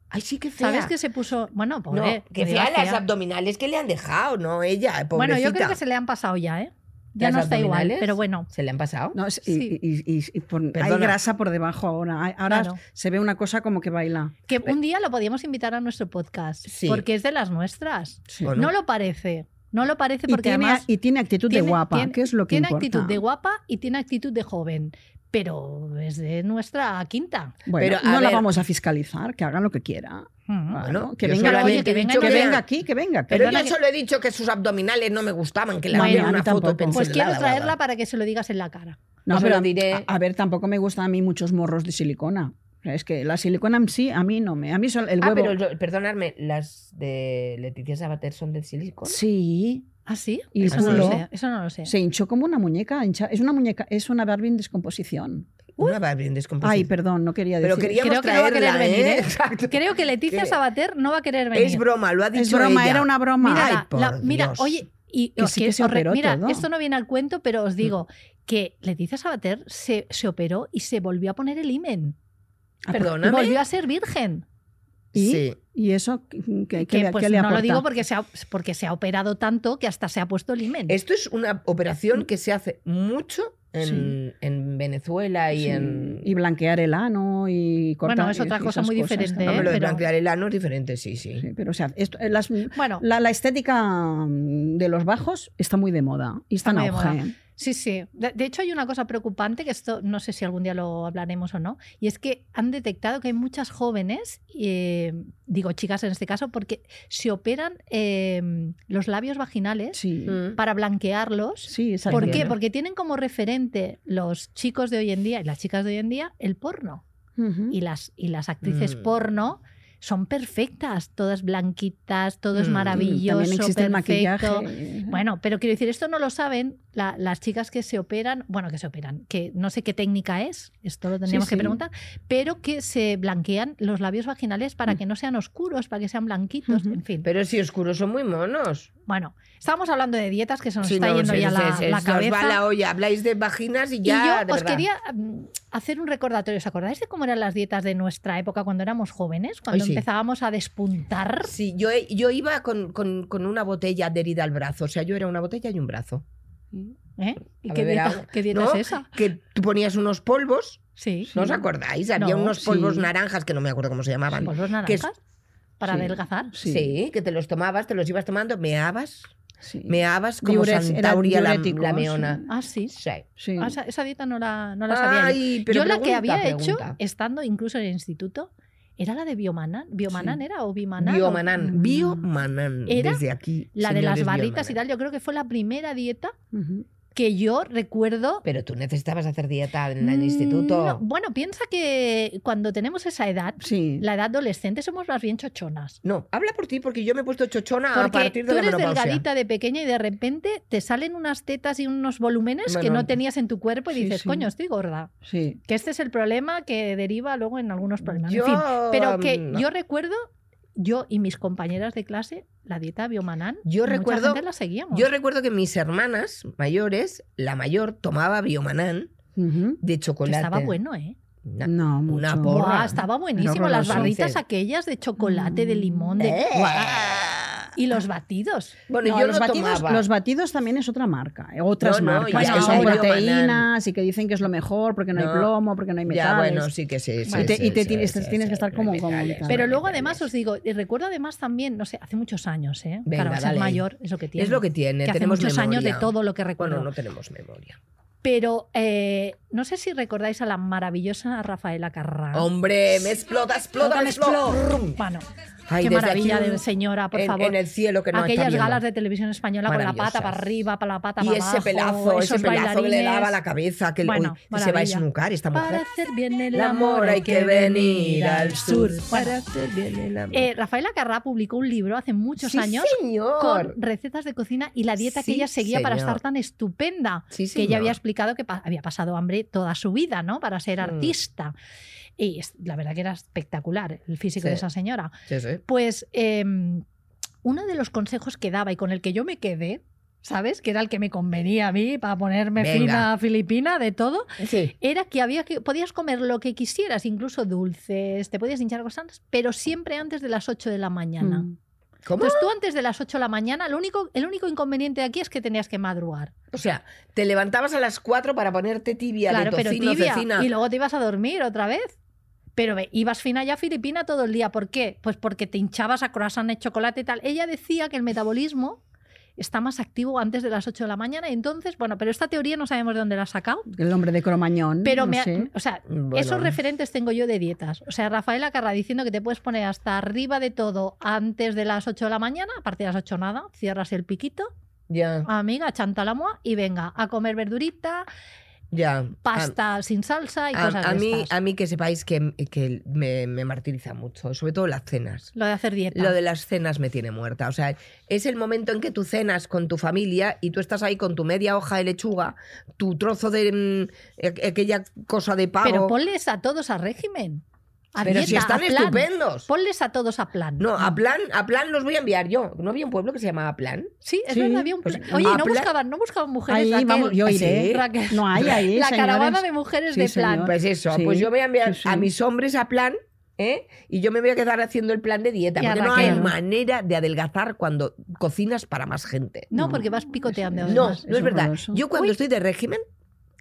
[SPEAKER 1] Ay, sí, qué fea.
[SPEAKER 2] ¿Sabes que se puso? Bueno,
[SPEAKER 1] no,
[SPEAKER 2] pobre.
[SPEAKER 1] que
[SPEAKER 2] no digas
[SPEAKER 1] fea las
[SPEAKER 2] fea.
[SPEAKER 1] abdominales que le han dejado, no ella, pobrecita.
[SPEAKER 2] Bueno, yo creo que se le han pasado ya, ¿eh? Ya
[SPEAKER 1] ¿Las
[SPEAKER 2] no está igual,
[SPEAKER 1] abdominales?
[SPEAKER 2] pero bueno.
[SPEAKER 1] ¿Se le han pasado?
[SPEAKER 3] No, es- y-
[SPEAKER 2] Sí.
[SPEAKER 3] y, y- y por- hay
[SPEAKER 1] Perdona.
[SPEAKER 3] grasa por debajo ahora. Hay- Ahora
[SPEAKER 2] Claro.
[SPEAKER 3] se ve una cosa como que baila.
[SPEAKER 2] Que un día lo podíamos invitar a nuestro podcast,
[SPEAKER 1] Sí.
[SPEAKER 2] porque es de las nuestras.
[SPEAKER 1] ¿O
[SPEAKER 2] No lo parece, no lo parece
[SPEAKER 3] Y
[SPEAKER 2] porque
[SPEAKER 3] tiene,
[SPEAKER 2] además
[SPEAKER 3] y tiene actitud
[SPEAKER 2] tiene-
[SPEAKER 3] de guapa,
[SPEAKER 2] tiene-
[SPEAKER 3] que es lo que
[SPEAKER 2] tiene
[SPEAKER 3] importa.
[SPEAKER 2] actitud de guapa y tiene actitud de joven, pero es de nuestra quinta.
[SPEAKER 3] Bueno,
[SPEAKER 1] Pero, a
[SPEAKER 3] no la
[SPEAKER 1] ver.
[SPEAKER 3] vamos a fiscalizar, que haga lo que quiera.
[SPEAKER 1] Bueno,
[SPEAKER 2] Mm.
[SPEAKER 3] Claro, que
[SPEAKER 1] Ah, yo
[SPEAKER 3] venga,
[SPEAKER 1] solamente
[SPEAKER 2] oye, que
[SPEAKER 1] he
[SPEAKER 2] venga
[SPEAKER 1] dicho
[SPEAKER 3] Que
[SPEAKER 2] Pero-
[SPEAKER 3] venga aquí, que venga. que
[SPEAKER 1] Pero
[SPEAKER 3] venga.
[SPEAKER 1] yo solo he dicho que sus abdominales no me gustaban, que le
[SPEAKER 2] Bueno,
[SPEAKER 1] había
[SPEAKER 2] a mí
[SPEAKER 1] una foto
[SPEAKER 3] tampoco.
[SPEAKER 2] Pues quiero
[SPEAKER 1] pincelada,
[SPEAKER 2] traerla
[SPEAKER 1] guapa.
[SPEAKER 2] para que se lo digas en la cara.
[SPEAKER 3] No,
[SPEAKER 1] Ah, pero
[SPEAKER 3] pero a,
[SPEAKER 1] diré-
[SPEAKER 3] a- a ver, tampoco me gustan a mí muchos morros de silicona. O sea, Es que la silicona en sí, a mí no me. A mí sol- el
[SPEAKER 1] Ah,
[SPEAKER 3] huevo.
[SPEAKER 1] pero yo- perdonadme, las de Leticia Sabater son de silicona.
[SPEAKER 3] Sí,
[SPEAKER 2] ¿Ah, sí?
[SPEAKER 3] Y el
[SPEAKER 2] eso, no lo
[SPEAKER 3] culo.
[SPEAKER 2] sé, eso no lo sé.
[SPEAKER 3] se hinchó como una muñeca. hincha- Es una muñeca, es una Barbie en descomposición.
[SPEAKER 1] Una Barbie en descomposición.
[SPEAKER 3] Ay, perdón, no quería decir.
[SPEAKER 1] Pero queríamos
[SPEAKER 2] Creo que no va a
[SPEAKER 1] traerla,
[SPEAKER 2] querer venir,
[SPEAKER 1] ¿eh?
[SPEAKER 2] ¿eh?
[SPEAKER 1] Exacto.
[SPEAKER 2] Creo que Leticia
[SPEAKER 1] Que-
[SPEAKER 2] Sabater no va a querer venir.
[SPEAKER 1] Es broma, lo ha dicho
[SPEAKER 3] Es broma,
[SPEAKER 1] ella.
[SPEAKER 3] era una broma.
[SPEAKER 2] Mira,
[SPEAKER 1] Ay,
[SPEAKER 2] la-
[SPEAKER 1] por
[SPEAKER 2] la- mira,
[SPEAKER 1] Dios.
[SPEAKER 2] oye, y,
[SPEAKER 3] Que sí que
[SPEAKER 2] os
[SPEAKER 3] se
[SPEAKER 2] re-
[SPEAKER 3] operó
[SPEAKER 2] mira,
[SPEAKER 3] todo. Mm.
[SPEAKER 2] esto no viene al cuento, pero os digo que Leticia Sabater se, se operó y se volvió a poner el imen.
[SPEAKER 3] Ah,
[SPEAKER 1] Perdóname.
[SPEAKER 2] Volvió a ser virgen.
[SPEAKER 3] ¿Y?
[SPEAKER 1] Sí.
[SPEAKER 3] ¿Y eso qué, qué- qué
[SPEAKER 2] Que,
[SPEAKER 3] le,
[SPEAKER 2] pues
[SPEAKER 3] qué le
[SPEAKER 2] no lo
[SPEAKER 3] aporta?
[SPEAKER 2] digo porque se, ha, porque se ha operado tanto que hasta se ha puesto el imen.
[SPEAKER 1] Esto es una operación que se hace mucho en,
[SPEAKER 3] Sí.
[SPEAKER 1] en Venezuela y
[SPEAKER 3] Sí,
[SPEAKER 1] en...
[SPEAKER 3] y blanquear el ano y cortar.
[SPEAKER 2] Bueno, es otra
[SPEAKER 3] esas
[SPEAKER 2] cosa muy
[SPEAKER 3] cosas,
[SPEAKER 2] diferente, ¿eh?
[SPEAKER 1] No,
[SPEAKER 3] ¿no?
[SPEAKER 1] pero lo de
[SPEAKER 2] pero-
[SPEAKER 1] blanquear el ano es diferente, sí, sí.
[SPEAKER 3] Sí, pero o sea, esto- eh, las-
[SPEAKER 2] Bueno,
[SPEAKER 3] la, la estética mm, de los bajos está muy de moda y está,
[SPEAKER 2] Está
[SPEAKER 3] en
[SPEAKER 2] muy de
[SPEAKER 3] auge.
[SPEAKER 2] Sí, sí. De, de hecho, hay una cosa preocupante que esto no sé si algún día lo hablaremos o no, y es que han detectado que hay muchas jóvenes, eh, digo chicas en este caso, porque se operan eh, los labios vaginales
[SPEAKER 3] Sí,
[SPEAKER 1] Mm.
[SPEAKER 2] para blanquearlos.
[SPEAKER 3] sí, ¿eh? esa
[SPEAKER 2] ¿Por
[SPEAKER 3] idea,
[SPEAKER 2] qué?
[SPEAKER 3] ¿no?
[SPEAKER 2] Porque tienen como referente los chicos de hoy en día y las chicas de hoy en día el porno.
[SPEAKER 3] Ujú. Mm,
[SPEAKER 2] Y las, y las actrices
[SPEAKER 1] Mm.
[SPEAKER 2] porno son perfectas, todas blanquitas, todo es
[SPEAKER 1] Mm,
[SPEAKER 2] maravilloso,
[SPEAKER 3] También existe el
[SPEAKER 2] perfecto.
[SPEAKER 3] maquillaje.
[SPEAKER 2] Bueno, pero quiero decir, esto no lo saben la- las chicas que se operan, bueno, que se operan, que no sé qué técnica es, esto lo tendríamos que
[SPEAKER 3] sí.
[SPEAKER 2] preguntar, pero que se blanquean los labios vaginales para
[SPEAKER 3] Mm.
[SPEAKER 2] que no sean oscuros, para que sean blanquitos,
[SPEAKER 3] Ujú.
[SPEAKER 2] en fin.
[SPEAKER 1] Pero si oscuros son muy monos.
[SPEAKER 2] Bueno, estábamos hablando de dietas que se nos
[SPEAKER 1] Si
[SPEAKER 2] está
[SPEAKER 1] no,
[SPEAKER 2] yendo
[SPEAKER 1] se-
[SPEAKER 2] ya la,
[SPEAKER 1] se- se-
[SPEAKER 2] la
[SPEAKER 1] se
[SPEAKER 2] cabeza.
[SPEAKER 1] os va la olla. Habláis de vaginas y
[SPEAKER 2] Y
[SPEAKER 1] ya. de
[SPEAKER 2] yo os
[SPEAKER 1] verdad.
[SPEAKER 2] quería mm, hacer un recordatorio. ¿Os acordáis de cómo eran las dietas de nuestra época cuando éramos jóvenes? Cuando
[SPEAKER 1] Ay, sí.
[SPEAKER 2] empezábamos a despuntar.
[SPEAKER 1] Sí, yo, yo iba con, con- con una botella adherida al brazo. O sea, yo era una botella y un brazo.
[SPEAKER 2] ¿eh? ¿Y
[SPEAKER 1] A
[SPEAKER 2] qué
[SPEAKER 1] beber
[SPEAKER 2] dieta,
[SPEAKER 1] agua.
[SPEAKER 2] qué dieta
[SPEAKER 1] ¿No?
[SPEAKER 2] es esa?
[SPEAKER 1] Que tú ponías unos polvos.
[SPEAKER 2] Sí.
[SPEAKER 1] ¿No os acordáis? Había
[SPEAKER 2] No,
[SPEAKER 1] unos polvos
[SPEAKER 3] sí.
[SPEAKER 1] naranjas que no me acuerdo cómo se llamaban.
[SPEAKER 2] Polvos
[SPEAKER 1] que es-
[SPEAKER 2] Pues naranjas para
[SPEAKER 3] Sí.
[SPEAKER 2] adelgazar.
[SPEAKER 1] Sí.
[SPEAKER 3] Sí.
[SPEAKER 1] que te los tomabas, te los ibas tomando, meabas,
[SPEAKER 3] sí.
[SPEAKER 1] meabas como
[SPEAKER 3] Diures- eran
[SPEAKER 1] Santauria la,
[SPEAKER 3] diuréticos,
[SPEAKER 1] la meona.
[SPEAKER 2] Ah, sí.
[SPEAKER 1] Sí.
[SPEAKER 3] sí.
[SPEAKER 2] Ah, esa, esa dieta no la, no la sabía. yo.
[SPEAKER 1] Ay, pero
[SPEAKER 2] yo la que
[SPEAKER 1] pregunta,
[SPEAKER 2] había hecho,
[SPEAKER 1] pregunta.
[SPEAKER 2] estando incluso en el instituto, era la de Biomanan. ¿Biomanan
[SPEAKER 3] Sí.
[SPEAKER 2] era o Bimanan? o-
[SPEAKER 1] Biomanán, biomanán,
[SPEAKER 2] Era
[SPEAKER 1] desde aquí.
[SPEAKER 2] La de las
[SPEAKER 1] señores,
[SPEAKER 2] barritas y
[SPEAKER 1] biomanán.
[SPEAKER 2] tal. Yo creo que fue la primera dieta
[SPEAKER 3] Ujú.
[SPEAKER 2] que yo recuerdo
[SPEAKER 1] Pero tú necesitabas hacer dieta en el
[SPEAKER 2] Mm,
[SPEAKER 1] instituto.
[SPEAKER 2] no. Bueno, piensa que cuando tenemos esa edad,
[SPEAKER 3] Sí.
[SPEAKER 2] la edad adolescente, somos más bien chochonas.
[SPEAKER 1] No, habla por ti porque yo me he puesto chochona a
[SPEAKER 2] Porque
[SPEAKER 1] partir de
[SPEAKER 2] tú
[SPEAKER 1] la
[SPEAKER 2] eres
[SPEAKER 1] menopausia.
[SPEAKER 2] delgadita de pequeña y de repente te salen unas tetas y unos volúmenes que
[SPEAKER 1] Bueno.
[SPEAKER 2] no tenías en tu cuerpo y
[SPEAKER 3] Sí,
[SPEAKER 2] dices,
[SPEAKER 3] sí.
[SPEAKER 2] coño, estoy gorda.
[SPEAKER 3] Sí.
[SPEAKER 2] Que este es el problema que deriva luego en algunos problemas.
[SPEAKER 1] Yo,
[SPEAKER 2] Pues, en fin, pero que
[SPEAKER 1] mm, no.
[SPEAKER 2] yo recuerdo, yo y mis compañeras de clase, la dieta Biomanán,
[SPEAKER 1] Yo
[SPEAKER 2] mucha
[SPEAKER 1] recuerdo-
[SPEAKER 2] gente la seguíamos.
[SPEAKER 1] Yo recuerdo que mis hermanas mayores, la mayor tomaba biomanán
[SPEAKER 3] Ujú.
[SPEAKER 1] de
[SPEAKER 2] Que
[SPEAKER 1] chocolate.
[SPEAKER 2] estaba bueno, ¿eh?
[SPEAKER 1] Na-
[SPEAKER 3] No,
[SPEAKER 1] Una
[SPEAKER 3] mucho.
[SPEAKER 1] porra.
[SPEAKER 2] Buah, estaba buenísimo. Las
[SPEAKER 3] horroroso.
[SPEAKER 2] barritas aquellas de chocolate, de limón, de...
[SPEAKER 1] Eh.
[SPEAKER 2] Buah. Y los batidos.
[SPEAKER 1] Bueno,
[SPEAKER 3] No,
[SPEAKER 1] yo
[SPEAKER 3] los,
[SPEAKER 1] no
[SPEAKER 3] batidos,
[SPEAKER 1] tomaba.
[SPEAKER 3] los batidos también es otra marca, eh, otras
[SPEAKER 1] No, no,
[SPEAKER 3] marcas
[SPEAKER 2] ya,
[SPEAKER 3] que son
[SPEAKER 2] pero-
[SPEAKER 3] proteínas y que dicen que es lo mejor porque no,
[SPEAKER 1] No.
[SPEAKER 3] hay plomo, porque no hay
[SPEAKER 1] Ya,
[SPEAKER 3] metales.
[SPEAKER 1] bueno, sí que sí. sí,
[SPEAKER 3] Y te-
[SPEAKER 1] sí,
[SPEAKER 3] y te
[SPEAKER 1] sí,
[SPEAKER 3] tienes-
[SPEAKER 1] sí,
[SPEAKER 3] tienes
[SPEAKER 1] sí,
[SPEAKER 3] que estar
[SPEAKER 1] sí,
[SPEAKER 3] como-
[SPEAKER 1] metales,
[SPEAKER 3] como-
[SPEAKER 1] metales.
[SPEAKER 2] Pero
[SPEAKER 3] Claro,
[SPEAKER 2] luego
[SPEAKER 1] Metales.
[SPEAKER 2] además os digo, y recuerdo además también, no sé, hace muchos años, ¿eh?
[SPEAKER 1] Venga,
[SPEAKER 2] Para ser
[SPEAKER 1] dale.
[SPEAKER 2] mayor es lo que tiene.
[SPEAKER 1] Es lo que tiene,
[SPEAKER 2] hace
[SPEAKER 1] tenemos
[SPEAKER 2] muchos
[SPEAKER 1] memoria.
[SPEAKER 2] años de todo lo que recuerdo.
[SPEAKER 1] Bueno, no tenemos memoria.
[SPEAKER 2] Pero eh, no sé si recordáis a la maravillosa Rafaela Carrá.
[SPEAKER 1] Hombre, me explota, explota, me explota. Rum.
[SPEAKER 2] Bueno,
[SPEAKER 1] Ay,
[SPEAKER 2] qué
[SPEAKER 1] desde
[SPEAKER 2] maravilla
[SPEAKER 1] aquí,
[SPEAKER 2] de señora, por
[SPEAKER 1] en,
[SPEAKER 2] favor.
[SPEAKER 1] en el cielo que no está
[SPEAKER 2] Aquellas
[SPEAKER 1] viendo.
[SPEAKER 2] galas de televisión española con la pata
[SPEAKER 1] Maravillosas.
[SPEAKER 2] para arriba, para la pata
[SPEAKER 1] Y
[SPEAKER 2] para
[SPEAKER 1] ese
[SPEAKER 2] abajo.
[SPEAKER 1] pelazo, ese
[SPEAKER 2] esos
[SPEAKER 1] pelazo que le daba a
[SPEAKER 2] bailarines.
[SPEAKER 1] la cabeza, que
[SPEAKER 2] Bueno,
[SPEAKER 1] hoy se va a
[SPEAKER 2] maravilla.
[SPEAKER 1] esnucar esta
[SPEAKER 2] Para
[SPEAKER 1] mujer.
[SPEAKER 2] hacer bien el
[SPEAKER 1] El
[SPEAKER 2] amor hay que venir al sur.
[SPEAKER 1] Para
[SPEAKER 2] Bueno,
[SPEAKER 1] hacer bien el amor.
[SPEAKER 2] eh, Rafaela Carrá publicó un libro hace muchos
[SPEAKER 1] Sí,
[SPEAKER 2] años
[SPEAKER 1] señor.
[SPEAKER 2] con recetas de cocina y la dieta
[SPEAKER 1] Sí,
[SPEAKER 2] que ella seguía para
[SPEAKER 1] señor.
[SPEAKER 2] estar tan estupenda.
[SPEAKER 1] Sí,
[SPEAKER 2] Que ella
[SPEAKER 1] señor.
[SPEAKER 2] había
[SPEAKER 1] Mm.
[SPEAKER 2] explicado que pa- había pasado hambre toda su vida, ¿no? Para ser artista. Y es- la verdad que era espectacular el físico
[SPEAKER 1] Sí.
[SPEAKER 2] de esa señora.
[SPEAKER 1] Sí, sí.
[SPEAKER 2] Pues eh, uno de los consejos que daba y con el que yo me quedé, ¿sabes? Que era el que me convenía a mí para ponerme
[SPEAKER 1] Venga.
[SPEAKER 2] fina filipina de todo,
[SPEAKER 1] Sí.
[SPEAKER 2] era que, había que podías comer lo que quisieras, incluso dulces, te podías hinchar cosas, pero siempre antes de las 8 de la mañana.
[SPEAKER 3] Mm.
[SPEAKER 1] ¿Cómo?
[SPEAKER 2] Entonces tú antes de las 8 de la mañana, lo único, el único inconveniente de aquí es que tenías que madrugar.
[SPEAKER 1] O sea, te levantabas a las 4 para ponerte tibia
[SPEAKER 2] claro,
[SPEAKER 1] de
[SPEAKER 2] pero
[SPEAKER 1] tocino,
[SPEAKER 2] tibia.
[SPEAKER 1] cecina.
[SPEAKER 2] Y luego te ibas a dormir otra vez. Pero ve, ibas fina ya filipina todo el día. ¿Por qué? Pues porque te hinchabas a croissant de chocolate y tal. Ella decía que el metabolismo está más activo antes de las 8 de la mañana. y Entonces, bueno, pero esta teoría no sabemos de dónde la ha sacado.
[SPEAKER 3] El hombre de Cromañón.
[SPEAKER 2] Pero
[SPEAKER 3] no
[SPEAKER 2] me ha-
[SPEAKER 3] sé.
[SPEAKER 2] o sea,
[SPEAKER 1] Mm, Bueno.
[SPEAKER 2] esos referentes tengo yo de dietas. O sea, Rafaela Carra diciendo que te puedes poner hasta arriba de todo antes de las 8 de la mañana, a partir de las 8 nada, cierras el piquito,
[SPEAKER 1] Ya,
[SPEAKER 2] amiga, chanta la moa y venga a comer verdurita,
[SPEAKER 1] ya.
[SPEAKER 2] pasta sin salsa y
[SPEAKER 1] A,
[SPEAKER 2] cosas
[SPEAKER 1] a- a
[SPEAKER 2] de
[SPEAKER 1] mí,
[SPEAKER 2] estas.
[SPEAKER 1] a mí que sepáis que, que me, me martiriza mucho, sobre todo las cenas.
[SPEAKER 2] Lo de hacer dieta.
[SPEAKER 1] Lo de las cenas me tiene muerta. O sea, es el momento en que tú cenas con tu familia y tú estás ahí con tu media hoja de lechuga, tu trozo de mm, aqu- aquella cosa de pavo.
[SPEAKER 2] Pero ponles a todos a régimen. A
[SPEAKER 1] Pero
[SPEAKER 2] dieta,
[SPEAKER 1] si están
[SPEAKER 2] a plan.
[SPEAKER 1] estupendos.
[SPEAKER 2] Ponles a todos a plan.
[SPEAKER 1] No, a plan, a plan los voy a enviar yo. ¿No había un pueblo que se llamaba Plan?
[SPEAKER 2] Sí, es
[SPEAKER 3] Sí,
[SPEAKER 2] verdad, había un
[SPEAKER 1] pues,
[SPEAKER 2] plan. Oye,
[SPEAKER 1] a
[SPEAKER 2] no
[SPEAKER 1] plan-
[SPEAKER 2] buscaban, no buscaban mujeres.
[SPEAKER 3] Ahí
[SPEAKER 2] Raquel.
[SPEAKER 3] vamos, yo
[SPEAKER 1] ¿Ah,
[SPEAKER 3] iré.
[SPEAKER 1] sí?
[SPEAKER 2] Raquel.
[SPEAKER 3] No hay ahí.
[SPEAKER 2] La
[SPEAKER 3] señores.
[SPEAKER 2] caravana de mujeres
[SPEAKER 3] Sí,
[SPEAKER 2] de
[SPEAKER 3] señor.
[SPEAKER 2] plan.
[SPEAKER 1] Pues eso,
[SPEAKER 3] Sí,
[SPEAKER 1] pues yo voy a enviar
[SPEAKER 3] sí, sí.
[SPEAKER 1] a mis hombres a plan, ¿eh? Y yo me voy a quedar haciendo el plan de dieta,
[SPEAKER 2] Y a
[SPEAKER 1] porque no hay
[SPEAKER 2] Raquel.
[SPEAKER 1] manera de adelgazar cuando cocinas para más gente.
[SPEAKER 2] No,
[SPEAKER 3] No,
[SPEAKER 2] porque vas picoteando.
[SPEAKER 3] es-
[SPEAKER 1] No,
[SPEAKER 2] además.
[SPEAKER 1] no es verdad.
[SPEAKER 3] horroroso.
[SPEAKER 1] Yo cuando
[SPEAKER 2] Uy.
[SPEAKER 1] estoy de régimen,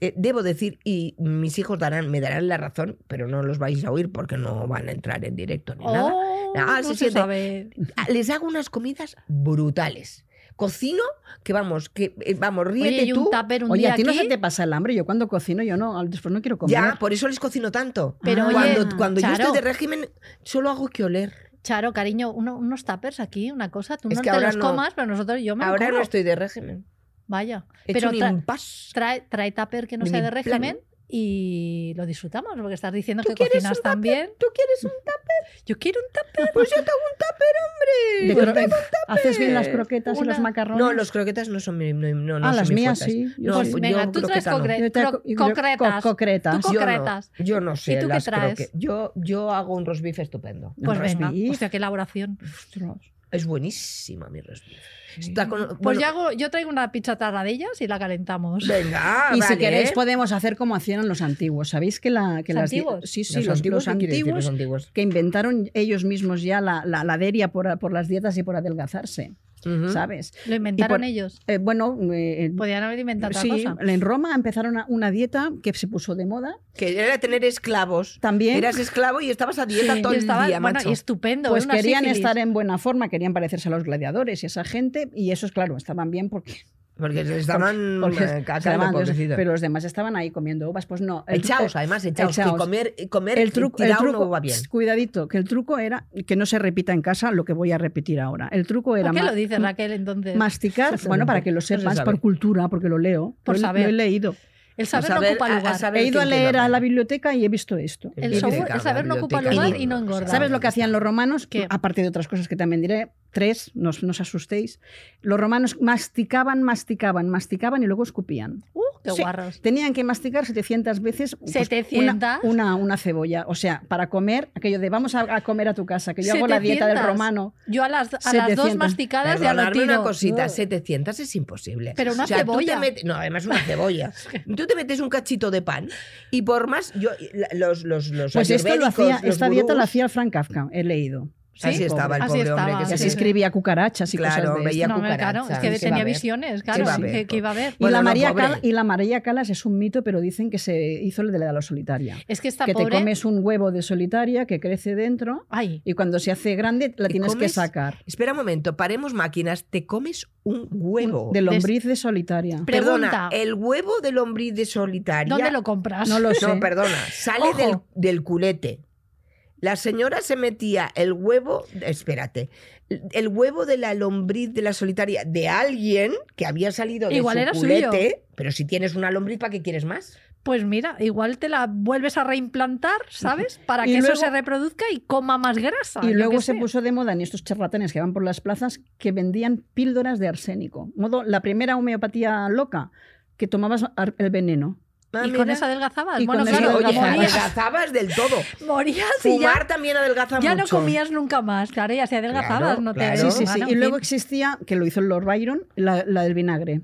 [SPEAKER 1] eh, debo decir, y mis hijos darán, me darán la razón, pero no los vais a oír porque no van a entrar en directo ni nada.
[SPEAKER 2] Oh,
[SPEAKER 1] Ah,
[SPEAKER 2] no
[SPEAKER 1] se
[SPEAKER 2] se
[SPEAKER 1] siente.
[SPEAKER 2] sabe.
[SPEAKER 1] Ah, Les hago unas comidas brutales. Cocino, que vamos, que eh, vamos, ríete
[SPEAKER 2] Oye, y un
[SPEAKER 1] tú.
[SPEAKER 2] tupper un
[SPEAKER 3] Oye,
[SPEAKER 2] día
[SPEAKER 3] a ti no
[SPEAKER 2] aquí,
[SPEAKER 3] se te pasa el hambre. Yo cuando cocino, yo no, después no quiero comer. Ah.
[SPEAKER 1] Ya, pues, por eso les cocino tanto.
[SPEAKER 2] Pero oye,
[SPEAKER 1] cuando cuando yo
[SPEAKER 2] Charo.
[SPEAKER 1] estoy de régimen, solo hago que oler.
[SPEAKER 2] y lo disfrutamos, porque estás diciendo
[SPEAKER 1] ¿Tú
[SPEAKER 2] que
[SPEAKER 1] quieres
[SPEAKER 2] cocinas
[SPEAKER 1] un tupper?
[SPEAKER 2] también.
[SPEAKER 1] ¿Tú quieres un tupper?
[SPEAKER 2] Yo quiero un tupper.
[SPEAKER 1] Pues yo tengo un tupper,
[SPEAKER 3] De
[SPEAKER 1] hombre. Yo
[SPEAKER 3] cro-
[SPEAKER 1] tengo-
[SPEAKER 3] ¿Haces bien las croquetas y
[SPEAKER 2] Una-
[SPEAKER 3] los macarrones?
[SPEAKER 1] No, los croquetas no son mi, no, no, no
[SPEAKER 3] Ah,
[SPEAKER 1] son
[SPEAKER 3] las
[SPEAKER 1] mis
[SPEAKER 3] mías
[SPEAKER 1] fuertes.
[SPEAKER 3] sí.
[SPEAKER 1] No,
[SPEAKER 2] Pues
[SPEAKER 1] yo
[SPEAKER 2] venga, tú
[SPEAKER 1] croqueta
[SPEAKER 2] traes
[SPEAKER 1] no.
[SPEAKER 2] concre-
[SPEAKER 3] Yo te-
[SPEAKER 2] cro-
[SPEAKER 3] yo-
[SPEAKER 2] concretas.
[SPEAKER 3] co- concretas.
[SPEAKER 2] Tú
[SPEAKER 3] Yo
[SPEAKER 1] Yo no,
[SPEAKER 2] concretas.
[SPEAKER 1] yo no sé
[SPEAKER 2] ¿Y tú qué
[SPEAKER 1] las
[SPEAKER 2] traes?
[SPEAKER 1] croque- Yo, yo hago un roast beef estupendo.
[SPEAKER 2] Pues
[SPEAKER 3] Un roast
[SPEAKER 2] venga,
[SPEAKER 3] beef.
[SPEAKER 2] hostia, qué elaboración.
[SPEAKER 3] Ostras.
[SPEAKER 1] Es buenísima mi roast beef. Está con-
[SPEAKER 2] Pues
[SPEAKER 1] bueno,
[SPEAKER 2] yo, hago, yo traigo una pizza ellas y la calentamos.
[SPEAKER 1] Venga,
[SPEAKER 2] Ah,
[SPEAKER 3] y si
[SPEAKER 1] vale,
[SPEAKER 3] queréis pues,
[SPEAKER 1] ¿eh?
[SPEAKER 3] podemos hacer como hacían los antiguos. ¿Sabéis que, la, que
[SPEAKER 2] ¿Los
[SPEAKER 3] las di-
[SPEAKER 2] antiguos?
[SPEAKER 3] Sí, sí,
[SPEAKER 1] Los
[SPEAKER 3] los, los
[SPEAKER 1] antiguos, ¿qué quiere decir
[SPEAKER 3] antiguos
[SPEAKER 1] los antiguos?
[SPEAKER 3] que inventaron ellos mismos ya la, la, la deria por, por las dietas y por adelgazarse,
[SPEAKER 2] ¿Mm?
[SPEAKER 1] Ujú.
[SPEAKER 3] ¿sabes?
[SPEAKER 2] Lo inventaron
[SPEAKER 3] por-
[SPEAKER 2] ellos.
[SPEAKER 3] Eh, bueno, eh, eh,
[SPEAKER 2] Podían haber inventado otra
[SPEAKER 3] sí,
[SPEAKER 2] cosa.
[SPEAKER 3] en Roma empezaron una, una dieta que se puso de moda.
[SPEAKER 1] Que era tener esclavos.
[SPEAKER 3] También
[SPEAKER 1] Eras esclavo y estabas a dieta
[SPEAKER 2] Y
[SPEAKER 1] todo
[SPEAKER 2] estaba-
[SPEAKER 1] el día,
[SPEAKER 2] bueno,
[SPEAKER 1] macho.
[SPEAKER 2] y estupendo.
[SPEAKER 3] pues
[SPEAKER 2] era una
[SPEAKER 3] querían
[SPEAKER 2] sífilis.
[SPEAKER 3] estar en buena forma, querían parecerse a los gladiadores y esa gente, y esos, claro, estaban bien porque
[SPEAKER 1] Porque se estaban
[SPEAKER 3] Porque
[SPEAKER 1] eh,
[SPEAKER 3] se
[SPEAKER 1] cacando,
[SPEAKER 3] llamaban dioses,
[SPEAKER 1] pobrecitos.
[SPEAKER 3] pero los demás estaban ahí comiendo uvas. Pues no. el-
[SPEAKER 1] Echaos,
[SPEAKER 3] eh,
[SPEAKER 1] además, echaos. Que
[SPEAKER 3] echaos.
[SPEAKER 1] comer, comer
[SPEAKER 3] el truco, el
[SPEAKER 1] tirado no
[SPEAKER 3] truco Pues
[SPEAKER 1] va bien.
[SPEAKER 3] ps, cuidadito, que el truco era que no se repita en casa lo que voy a repetir ahora. El truco era
[SPEAKER 2] ¿Por qué
[SPEAKER 3] ma-
[SPEAKER 2] lo dice Raquel entonces?
[SPEAKER 3] masticar,
[SPEAKER 1] Exactamente.
[SPEAKER 3] bueno, para que lo
[SPEAKER 1] No se
[SPEAKER 3] sepas
[SPEAKER 1] sabe.
[SPEAKER 3] por cultura, porque lo leo,
[SPEAKER 2] Por
[SPEAKER 3] lo, he-
[SPEAKER 2] saber.
[SPEAKER 3] lo he leído.
[SPEAKER 2] el saber,
[SPEAKER 1] Pues a saber-
[SPEAKER 2] no
[SPEAKER 1] a-
[SPEAKER 2] ocupa
[SPEAKER 1] a
[SPEAKER 2] lugar.
[SPEAKER 1] saber
[SPEAKER 3] He ido a
[SPEAKER 1] quién te lo
[SPEAKER 3] leer a
[SPEAKER 1] manda.
[SPEAKER 3] la biblioteca y he visto esto.
[SPEAKER 2] El
[SPEAKER 3] Y
[SPEAKER 2] sabor-
[SPEAKER 3] dice,
[SPEAKER 2] el saber no ocupa
[SPEAKER 1] biblioteca pues,
[SPEAKER 3] lugar
[SPEAKER 2] y no engorda.
[SPEAKER 3] ¿Sabes lo que hacían los romanos?
[SPEAKER 2] ¿Qué?
[SPEAKER 3] Aparte de otras cosas que también diré, tres, no, os- no os asustéis. Los romanos masticaban, masticaban, masticaban y luego escupían.
[SPEAKER 2] ¡Uh, qué
[SPEAKER 3] Sí.
[SPEAKER 2] guarros!
[SPEAKER 3] Tenían que masticar 700 veces pues, una-
[SPEAKER 2] 700.
[SPEAKER 3] Una, una, cebolla. O sea, para comer, aquello de vamos a, a comer a tu casa, que yo hago la
[SPEAKER 2] 700.
[SPEAKER 3] dieta del romano.
[SPEAKER 2] Yo a las, a las dos
[SPEAKER 3] 700.
[SPEAKER 2] masticadas ya lo
[SPEAKER 1] Perdonadme
[SPEAKER 2] tiro.
[SPEAKER 1] una cosita,
[SPEAKER 2] Uh.
[SPEAKER 1] 700 es imposible.
[SPEAKER 2] Pero una
[SPEAKER 1] O sea, tú te
[SPEAKER 2] cebolla.
[SPEAKER 1] metes- no, además una cebolla. tú te metes un cachito de pan y por más... Yo, la- los, los, los
[SPEAKER 3] Pues esto lo hacía,
[SPEAKER 1] ayurvédicos, los
[SPEAKER 3] esta dieta la
[SPEAKER 1] gurús,
[SPEAKER 3] hacía el Frank Kafka, he leído.
[SPEAKER 2] ¿Sí?
[SPEAKER 1] Así estaba el
[SPEAKER 2] Así
[SPEAKER 1] pobre
[SPEAKER 2] estaba,
[SPEAKER 1] hombre.
[SPEAKER 3] Y
[SPEAKER 1] Que
[SPEAKER 3] así
[SPEAKER 2] sí.
[SPEAKER 3] escribía cucarachas y
[SPEAKER 1] Claro,
[SPEAKER 3] cosas de
[SPEAKER 1] veía-
[SPEAKER 3] estas.
[SPEAKER 2] No, hombre, claro,
[SPEAKER 1] cucarachas,
[SPEAKER 2] es que
[SPEAKER 1] sí, va a
[SPEAKER 2] tenía
[SPEAKER 1] haber.
[SPEAKER 2] visiones, claro,
[SPEAKER 1] va a
[SPEAKER 2] sí,
[SPEAKER 1] haber.
[SPEAKER 2] que, que iba a haber.
[SPEAKER 3] Y,
[SPEAKER 1] Bueno,
[SPEAKER 3] la
[SPEAKER 1] no,
[SPEAKER 3] María
[SPEAKER 1] pobre.
[SPEAKER 3] Cal- y la María Calas es un mito, pero dicen que se hizo el de la solitaria.
[SPEAKER 2] Es que esta
[SPEAKER 3] que
[SPEAKER 2] pobre...
[SPEAKER 3] te comes un huevo de solitaria que crece dentro
[SPEAKER 2] Ay,
[SPEAKER 3] y cuando se hace grande la
[SPEAKER 1] ¿Y
[SPEAKER 3] tienes que
[SPEAKER 1] comes?
[SPEAKER 3] sacar.
[SPEAKER 1] Espera un momento, paremos máquinas. Te comes un huevo.
[SPEAKER 3] De lombriz de solitaria.
[SPEAKER 2] Pre-
[SPEAKER 1] Perdona,
[SPEAKER 2] Pregunta.
[SPEAKER 1] el huevo de lombriz de solitaria...
[SPEAKER 2] ¿dónde lo compras?
[SPEAKER 3] No lo sé.
[SPEAKER 1] No, perdona, sale
[SPEAKER 2] Ojo.
[SPEAKER 1] del, del culete. La señora se metía el huevo, espérate, el huevo de la lombriz de la solitaria de alguien que había salido de
[SPEAKER 2] Igual
[SPEAKER 1] su
[SPEAKER 2] era suyo.
[SPEAKER 1] culete, pero si tienes una lombriz, ¿para qué quieres más?
[SPEAKER 2] Pues mira, igual te la vuelves a reimplantar, ¿sabes? Para
[SPEAKER 3] Y
[SPEAKER 2] que eso
[SPEAKER 3] luego-
[SPEAKER 2] se reproduzca y coma más grasa.
[SPEAKER 3] Y
[SPEAKER 2] yo
[SPEAKER 3] luego
[SPEAKER 2] qué
[SPEAKER 3] se
[SPEAKER 2] sé.
[SPEAKER 3] puso de moda en estos charlatanes que van por las plazas que vendían píldoras de arsénico. Modo, la primera homeopatía loca, que tomabas ar- el veneno.
[SPEAKER 1] Ah,
[SPEAKER 2] Y
[SPEAKER 1] mira.
[SPEAKER 2] con eso adelgazabas.
[SPEAKER 3] Y
[SPEAKER 2] Bueno,
[SPEAKER 3] con eso
[SPEAKER 2] claro,
[SPEAKER 1] oye,
[SPEAKER 3] adelgazabas.
[SPEAKER 2] morías,
[SPEAKER 1] adelgazabas del todo.
[SPEAKER 2] morías y
[SPEAKER 1] Fumar
[SPEAKER 2] ya,
[SPEAKER 1] también adelgaza
[SPEAKER 2] ya no
[SPEAKER 1] mucho.
[SPEAKER 2] comías nunca más. Claro, ya se adelgazabas,
[SPEAKER 1] Claro,
[SPEAKER 2] no te
[SPEAKER 1] claro.
[SPEAKER 3] Sí, sí,
[SPEAKER 2] Ah,
[SPEAKER 3] sí.
[SPEAKER 2] no,
[SPEAKER 3] Y
[SPEAKER 2] en
[SPEAKER 3] luego
[SPEAKER 2] fin.
[SPEAKER 3] existía, que lo hizo el Lord Byron, la, la del vinagre.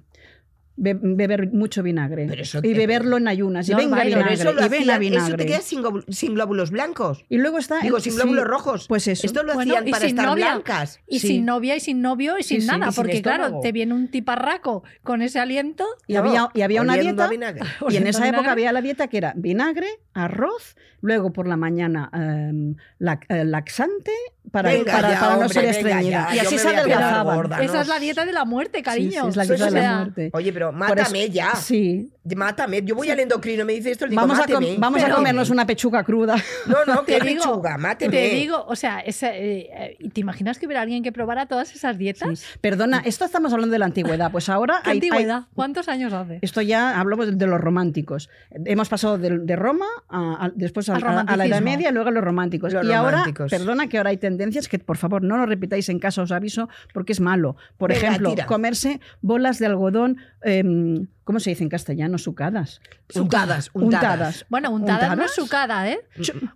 [SPEAKER 3] Be- beber mucho vinagre.
[SPEAKER 1] Pero eso te-
[SPEAKER 3] Y beberlo en ayunas. Y
[SPEAKER 2] Lord
[SPEAKER 3] venga
[SPEAKER 2] Byron.
[SPEAKER 1] Pero
[SPEAKER 3] vinagre.
[SPEAKER 1] eso lo
[SPEAKER 3] y venga
[SPEAKER 1] hacían- eso
[SPEAKER 3] vinagre.
[SPEAKER 1] te quedas sin, globu- sin glóbulos blancos.
[SPEAKER 3] Y luego está... el-
[SPEAKER 1] Digo, sin
[SPEAKER 3] sí,
[SPEAKER 1] glóbulos rojos.
[SPEAKER 3] Pues eso.
[SPEAKER 1] Esto lo
[SPEAKER 2] Ah, Bueno,
[SPEAKER 1] hacían
[SPEAKER 2] y
[SPEAKER 1] para
[SPEAKER 2] sin
[SPEAKER 1] estar
[SPEAKER 2] novia.
[SPEAKER 1] blancas.
[SPEAKER 2] Y
[SPEAKER 3] Sí.
[SPEAKER 2] sin novia y sin novio y sin
[SPEAKER 1] Sí, sí,
[SPEAKER 2] nada,
[SPEAKER 1] y sin
[SPEAKER 2] porque claro,
[SPEAKER 1] estómago.
[SPEAKER 2] te viene un tiparraco con ese aliento. pues
[SPEAKER 3] Y
[SPEAKER 1] No,
[SPEAKER 3] había, y había una
[SPEAKER 1] oliendo a
[SPEAKER 3] dieta...
[SPEAKER 1] vinagre.
[SPEAKER 3] Y en
[SPEAKER 2] oliendo
[SPEAKER 3] esa
[SPEAKER 2] a
[SPEAKER 3] época
[SPEAKER 2] vinagre.
[SPEAKER 3] había la dieta que era vinagre, arroz, luego por la mañana em, lac- eh, laxante para,
[SPEAKER 1] Venga
[SPEAKER 3] para,
[SPEAKER 1] ya,
[SPEAKER 3] para no
[SPEAKER 1] hombre,
[SPEAKER 3] ser
[SPEAKER 1] venga
[SPEAKER 3] estreñida.
[SPEAKER 1] ya,
[SPEAKER 3] Y
[SPEAKER 1] yo
[SPEAKER 3] así
[SPEAKER 1] me
[SPEAKER 3] se
[SPEAKER 1] voy a quedar
[SPEAKER 3] adelgazaban.
[SPEAKER 1] gorda.
[SPEAKER 2] Esa es la
[SPEAKER 1] Danos.
[SPEAKER 2] dieta de la muerte, cariño.
[SPEAKER 3] Sí, es la
[SPEAKER 1] Eso
[SPEAKER 3] dieta de
[SPEAKER 1] es
[SPEAKER 3] la
[SPEAKER 1] la-
[SPEAKER 3] muerte.
[SPEAKER 1] Oye, pero
[SPEAKER 3] Por eso-
[SPEAKER 1] mátame ya.
[SPEAKER 3] Sí.
[SPEAKER 1] Mátame, yo voy al endocrino, me dice esto, le Ah. digo,
[SPEAKER 3] Vamos, a, com-
[SPEAKER 1] máteme.
[SPEAKER 3] vamos a
[SPEAKER 1] Pero-
[SPEAKER 3] comernos una pechuga cruda.
[SPEAKER 1] No, no,
[SPEAKER 2] Te
[SPEAKER 1] que
[SPEAKER 2] digo,
[SPEAKER 1] lechuga, máteme.
[SPEAKER 2] Te digo, o sea, esa, eh, eh, ¿te imaginas que hubiera alguien que probara todas esas dietas?
[SPEAKER 3] Perdona, esto estamos hablando de la antigüedad. Pues ahora
[SPEAKER 2] ¿Qué
[SPEAKER 3] hay- hay-
[SPEAKER 2] antigüedad? ¿Cuántos años hace?
[SPEAKER 3] esto ya hablamos de, de los románticos. Hemos pasado de, de Roma a, a- después a,
[SPEAKER 2] Al
[SPEAKER 3] a- a la Edad
[SPEAKER 2] romanticismo.
[SPEAKER 3] Media y luego a los románticos.
[SPEAKER 1] Los
[SPEAKER 3] y ahora,
[SPEAKER 1] románticos.
[SPEAKER 3] perdona que ahora hay tendencias que por favor no lo repitáis en casa, os aviso, porque es malo. Por
[SPEAKER 1] Venga,
[SPEAKER 3] ejemplo,
[SPEAKER 1] tira.
[SPEAKER 3] comerse bolas de algodón, em, ¿cómo se dice en castellano? Sucadas.
[SPEAKER 1] Untadas,
[SPEAKER 3] Untadas.
[SPEAKER 1] untadas.
[SPEAKER 2] Bueno, untadas, no es
[SPEAKER 3] ¿Untadas?
[SPEAKER 2] sucada, ¿eh?